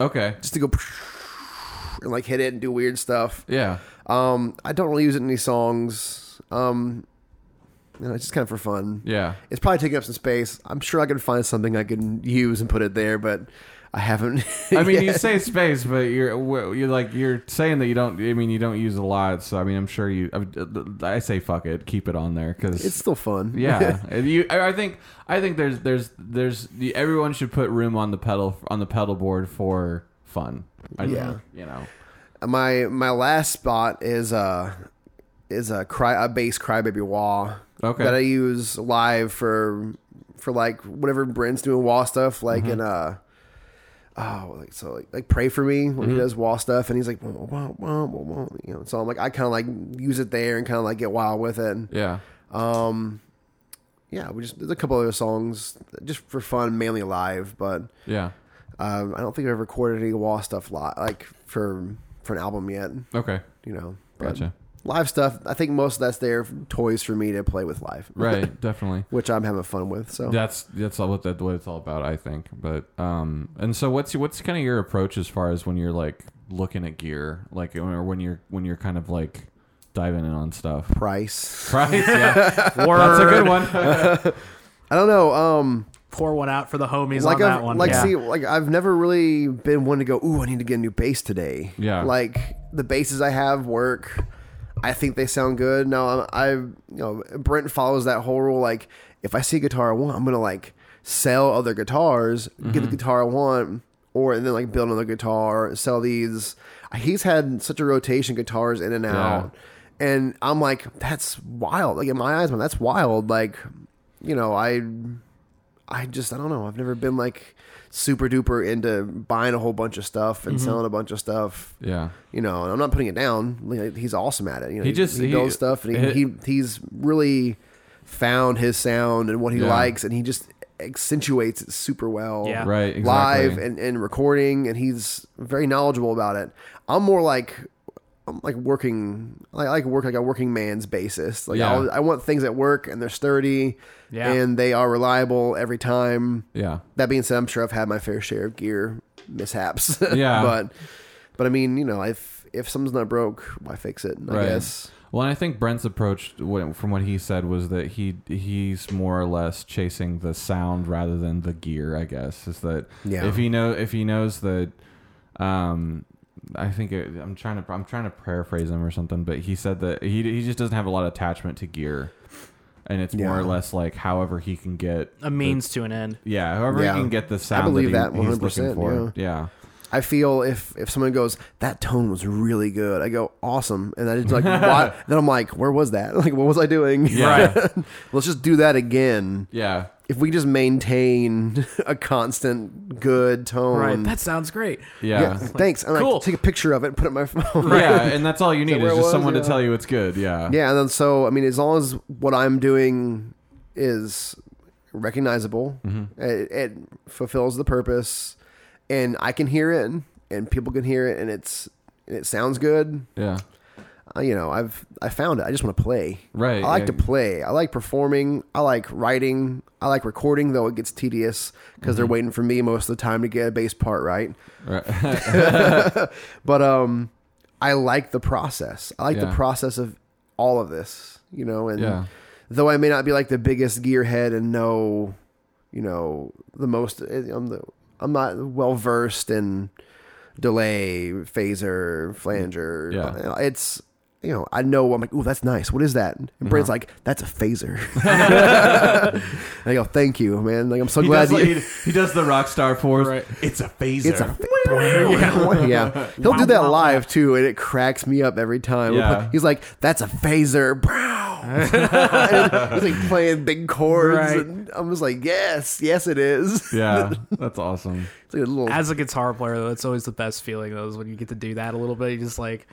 Okay, just to go and like hit it and do weird stuff. yeah, Um, I don't really use it in any songs. Um, you know, it's just kind of for fun. yeah. It's probably taking up some space. I'm sure I can find something I can use and put it there, but I haven't. I mean, you yet. say space, but you're well, you're like you're saying that you don't. I mean, you don't use a lot. So I mean, I'm sure you. I, I say fuck it, keep it on there because it's still fun. yeah. And you, I I think I think there's there's there's everyone should put room on the pedal on the pedal board for fun. I Yeah. think, you know. my my last spot is uh is a cry a bass crybaby wah. Okay. That I use live for for like whatever Brent's doing wah stuff, like Mm-hmm. in uh oh like so like, like pray for me when Mm-hmm. he does wah stuff and he's like wah, wah, wah, wah, wah, you know so I'm like I kind of like use it there and kind of like get wild with it. Yeah. Um, yeah, we just there's a couple other songs just for fun, mainly live, but Yeah. um, I don't think I've recorded any wah stuff li- like for for an album yet Okay. you know. But Gotcha. Live stuff. I think most of that's there for toys for me to play with live, Right. Definitely. which I'm having fun with. So That's that's all what that what it's all about, I think. But um, and so what's what's kind of your approach as far as when you're like looking at gear, like or when you're when you're kind of like diving in on stuff. price. Price, yeah, that's a good one. I don't know. Um, Pour one out for the homies like on that I've, one. like yeah. see, like I've never really been one to go. Ooh, I need to get a new bass today. Yeah. Like the basses I have work. I think they sound good. Now I, I, you know, Brent follows that whole rule. Like if I see a guitar I want, I'm gonna like sell other guitars, get the guitar I want, or and then like build another guitar, sell these. He's had such a rotation guitars in and out. And I'm like, that's wild. Like in my eyes, man, that's wild. Like, you know, I I just I don't know. I've never been like super duper into buying a whole bunch of stuff Mm-hmm. and selling a bunch of stuff. yeah, You know, and I'm not putting it down. Like, He's awesome at it. You know, He just- he he- builds stuff, and he, he he's really found his sound and what he Yeah. likes, and he just accentuates it super well. Yeah. right, exactly. Live and, and recording, and he's very knowledgeable about it. I'm more like I'm like working. I like work like a working man's basis. Like Yeah. I'll, I want things that work and they're sturdy, Yeah. and they are reliable every time. yeah, That being said, I'm sure I've had my fair share of gear mishaps. Yeah. but but I mean, you know, if if something's not broke, why fix it? I guess. Well, and I think Brent's approach, when- from what he said, was that he he's more or less chasing the sound rather than the gear. I guess is that Yeah. if he know if he knows that, um, I think it, I'm trying to I'm trying to paraphrase him or something, but he said that he he just doesn't have a lot of attachment to gear, and it's more or Yeah. less like however he can get a means to an end. yeah however Yeah. he can get the sound believe that, that he, he's looking 100%, for yeah. I feel if if someone goes, that tone was really good, I go, awesome, and I just like, why? then I'm like, where was that? Like, what was I doing? Yeah. Let's just do that again. yeah If we just maintain a constant good tone, Right. That sounds great. yeah yeah. Thanks. I'm Cool. like, take a picture of it and put it in my phone. Yeah, and that's all you need is, where it just was? someone Yeah. to tell you it's good. Yeah. Yeah, and then so I mean, as long as what I'm doing is recognizable, Mm-hmm. it, it fulfills the purpose, and I can hear it, and people can hear it, and it's and it sounds good. Yeah. Uh, you know, I've I found it. I just want to play. Right, I like yeah. to play. I like performing. I like writing. I like recording, though it gets tedious because Mm-hmm. they're waiting for me most of the time to get a bass part right. Right. But um, I like the process. I like Yeah. the process of all of this, you know. And Yeah. though I may not be like the biggest gearhead and know, you know, the most, eh, I'm the, I'm not well versed in delay, phaser, flanger. eh, Yeah. it's. You know, I know I'm like, oh, that's nice. What is that? And Uh-huh. Brent's like, that's a phaser. and I go, thank you, man. Like, I'm so He glad does, you. like- he does the rock star force. Right. It's a phaser. It's a yeah. He'll do that live too, and it cracks me up every time. We'll Yeah. play- He's like, "That's a phaser, bro." And he's like playing big chords, Right. and I'm just like, "Yes, yes, it is." yeah, that's awesome. It's like a little, As a guitar player, though, it's always the best feeling, though, is when you get to do that a little bit. You just like,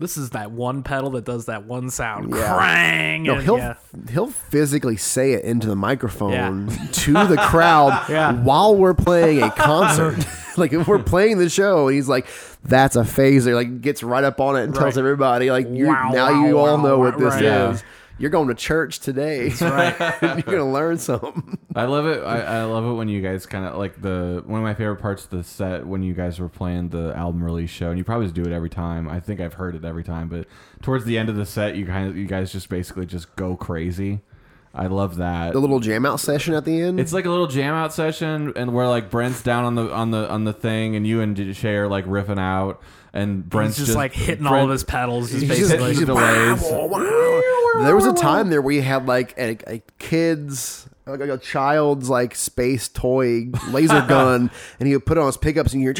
this is that one pedal that does that one sound. Yeah. Crang! no, and he'll yeah. he'll physically say it into the microphone Yeah. to the crowd Yeah. while we're playing a concert. like if we're playing the show, and he's like, "That's a phaser," like gets right up on it and tells Right. everybody, "Like you Wow, now, wow, you all wow, know wow, what this right. Yeah. is." You're going to church today. You're going to learn something. I love it. I, I love it when you guys kind of like the one of my favorite parts of the set when you guys were playing the album release show, and you probably do it every time. I think I've heard it every time, but towards the end of the set, you kind of you guys just basically just go crazy. I love that. The little jam out session at the end. It's like a little jam out session, and where like Brent's down on the on the on the thing, and you and Shay are like riffing out, and He's Brent's just, like hitting all of his pedals. Just he's just- basically. he's just- delays. there was a time there we had like a, a kid's like a child's like space toy laser gun and he would put it on his pickups and you're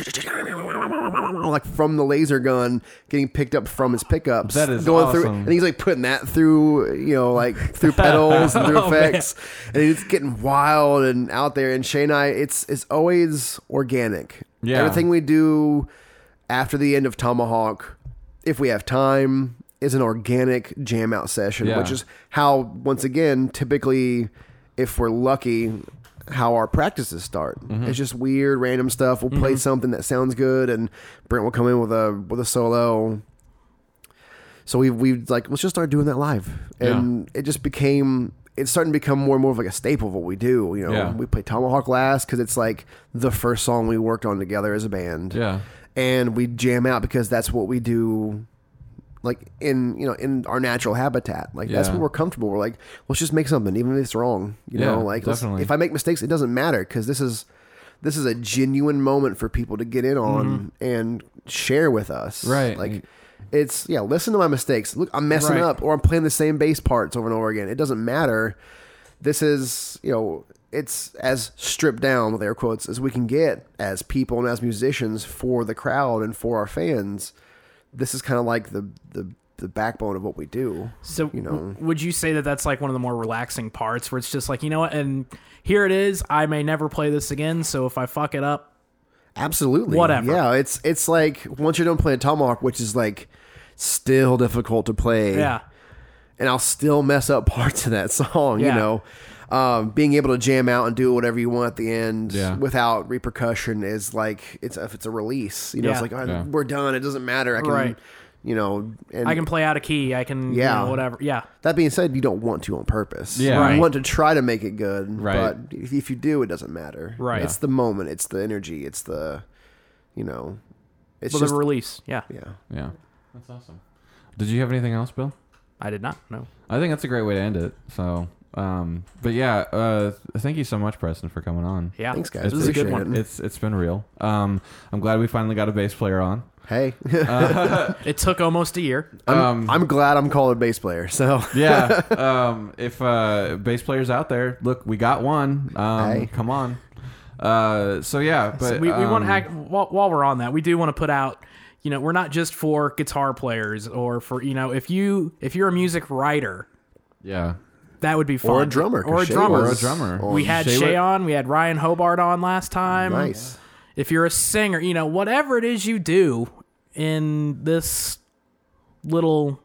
like from the laser gun getting picked up from his pickups That is going through awesome. and he's like putting that through you know like through pedals and Oh, through effects and it's getting wild and out there and Shay and I it's it's always organic Yeah. everything we do after the end of Tomahawk, if we have time, is an organic jam out session, Yeah. which is how, once again, typically, if we're lucky, how our practices start. Mm-hmm. It's just weird, random stuff. We'll play something that sounds good, and Brent will come in with a with a solo. So we we like let's just start doing that live, and it just became it's starting to become more and more of like a staple of what we do. You know, Yeah. we play Tomahawk last because it's like the first song we worked on together as a band yeah, and we jam out because that's what we do like in you know in our natural habitat like that's Yeah. where we're comfortable we're like let's just make something even if it's wrong you know Yeah, like let's- definitely. if i make mistakes it doesn't matter because this is this is a genuine moment for people to get in on and share with us Mm-hmm. Right. like it's yeah listen to my mistakes look i'm messing Right. up or i'm playing the same bass parts over and over again it doesn't matter this is you know it's as stripped down with air quotes as we can get as people and as musicians for the crowd and for our fans this is kind of like the the the backbone of what we do So, you know. w- would you say that that's like one of the more relaxing parts where it's just like, you know what? And here it is. I may never play this again. So if I fuck it up, absolutely Whatever. yeah it's it's like once you're done playing tomahawk which is like still difficult to play yeah. and I'll still mess up parts of that song, you Yeah. know. Um, being able to jam out and do whatever you want at the end Yeah. without repercussion is like it's if it's a release, you know, it's Yeah. like oh, Yeah. we're done. It doesn't matter. I can, Right. you know, and I can play out of key. I can, Yeah. you know, whatever. Yeah. that being said, you don't want to on purpose. Yeah. Right. you want to try to make it good, Right. But if, if you do, it doesn't matter. Right. it's the moment. It's the energy. It's the, you know, it's Well, just the release. Yeah. yeah. yeah. That's awesome. Did you have anything else, Bill? I did not know. I think that's a great way to end it. So, um, but yeah, uh, thank you so much, Preston, for coming on. Yeah. Thanks, guys. This is a good Appreciate one. it. It's it's been real. Um, I'm glad we finally got a bass player on. Hey, It took almost a year. I'm, Um, I'm glad I'm called a bass player. So yeah. Um, if uh, bass players out there, look, we got one. Um, Hey. Come on. Uh, so yeah, but we, we want um, to act while, while we're on that we do want to put out you know we're not just for guitar players or for you know if you if you're a music writer Yeah. that would be fun Or a drummer, 'cause or a Shay drummer Or a was drummer. on- we had Shay Shay, Whit- on we had Ryan Hobart on last time nice. if you're a singer you know whatever it is you do in this little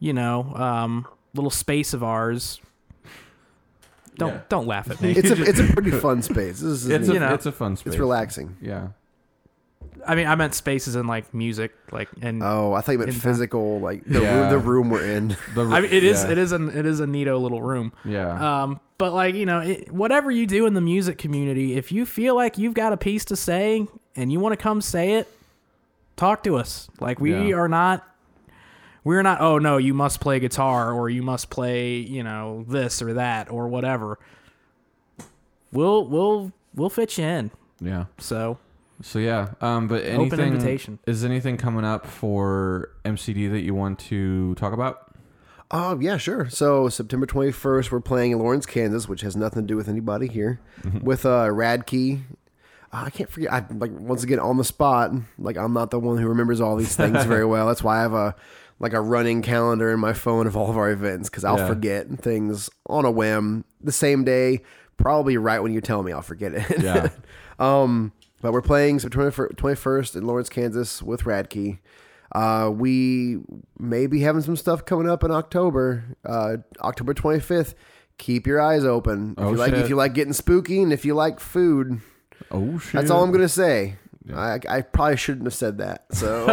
you know um little space of ours don't Yeah. don't laugh at me it's a it's a pretty fun space. This is It's neat. a, You know. it's a fun space. it's relaxing. Yeah. i mean i meant spaces in like music like and Oh, I thought you meant In- physical, like the Yeah. room, the room we're in. The, I mean, it is yeah. it is an it is a neato little room. Yeah. Um, but like you know, it, whatever you do in the music community, if you feel like you've got a piece to say and you want to come say it, talk to us. Like we Yeah. are not. We're not, oh no, you must play guitar or you must play, you know, this or that or whatever. We'll we'll we'll fit you in. Yeah. So So yeah. Um, but anything invitation. is anything coming up for MCD that you want to talk about? Oh, yeah, sure. So September 21st, we're playing in Lawrence, Kansas, which has nothing to do with anybody here, with uh, Radkey. Uh, I can't forget. I like once again on the spot. Like I'm not the one who remembers all these things very well. That's why I have a like a running calendar in my phone of all of our events because I'll Yeah. forget things on a whim the same day. Probably right when you tell me, I'll forget it. Yeah. Um, but we're playing September 21st in Lawrence, Kansas with Radkey. Uh, we may be having some stuff coming up in October, uh, October 25th. Keep your eyes open. If Oh, you like, shit. if you like getting spooky and if you like food, oh shit. that's all I'm going to say. I, I probably shouldn't have said that. So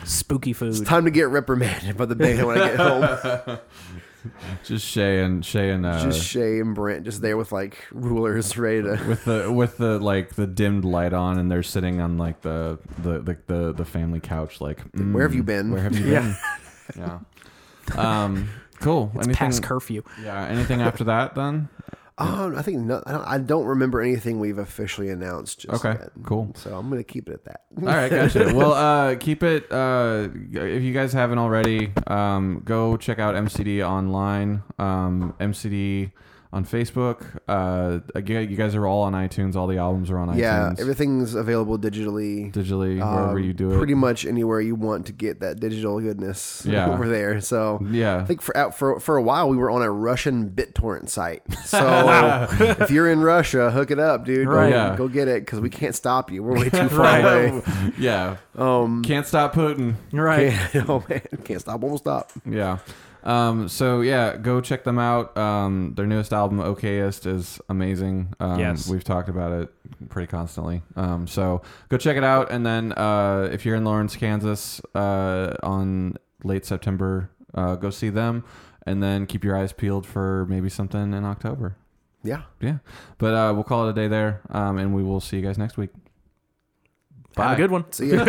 spooky food. it's time to get reprimanded by the band when I get home. Just Shay and Shay and uh, just Shay and Brent just there with like rulers ready to. with the with the like the dimmed light on, and they're sitting on like the the the the, the family couch. Like, mm, Where have you been? Where have you been? Yeah. Um. Cool. It's past curfew. Yeah. Anything after that then? Um, I think no, I, don't, I don't remember anything we've officially announced. Just Okay, yet. cool. So I'm gonna keep it at that. All right, gotcha. well, uh, keep it. Uh, if you guys haven't already, um, go check out MCD online, um, MCD on Facebook. Uh, again, you guys are all on iTunes. All the albums are on yeah, iTunes everything's available digitally. digitally, wherever Um, you do it. pretty much anywhere you want to get that digital goodness. Yeah. over there. So Yeah. I think for out for for a while we were on a Russian BitTorrent site. So if you're in Russia, hook it up, dude. Go- Right. Go, Yeah. get it because we can't stop you. We're way too far Right. away. yeah. Um, Can't stop Putin. You're right. Can't, oh man, can't stop, won't stop. Yeah. Um, so yeah, go check them out. Um, their newest album, OKist, is amazing. Um, Yes. we've talked about it pretty constantly. Um, so go check it out, and then uh, if you're in Lawrence, Kansas, uh, on late September, uh, go see them, and then keep your eyes peeled for maybe something in October. Yeah. Yeah, but uh, we'll call it a day there, um, and we will see you guys next week. Have a good one. See ya.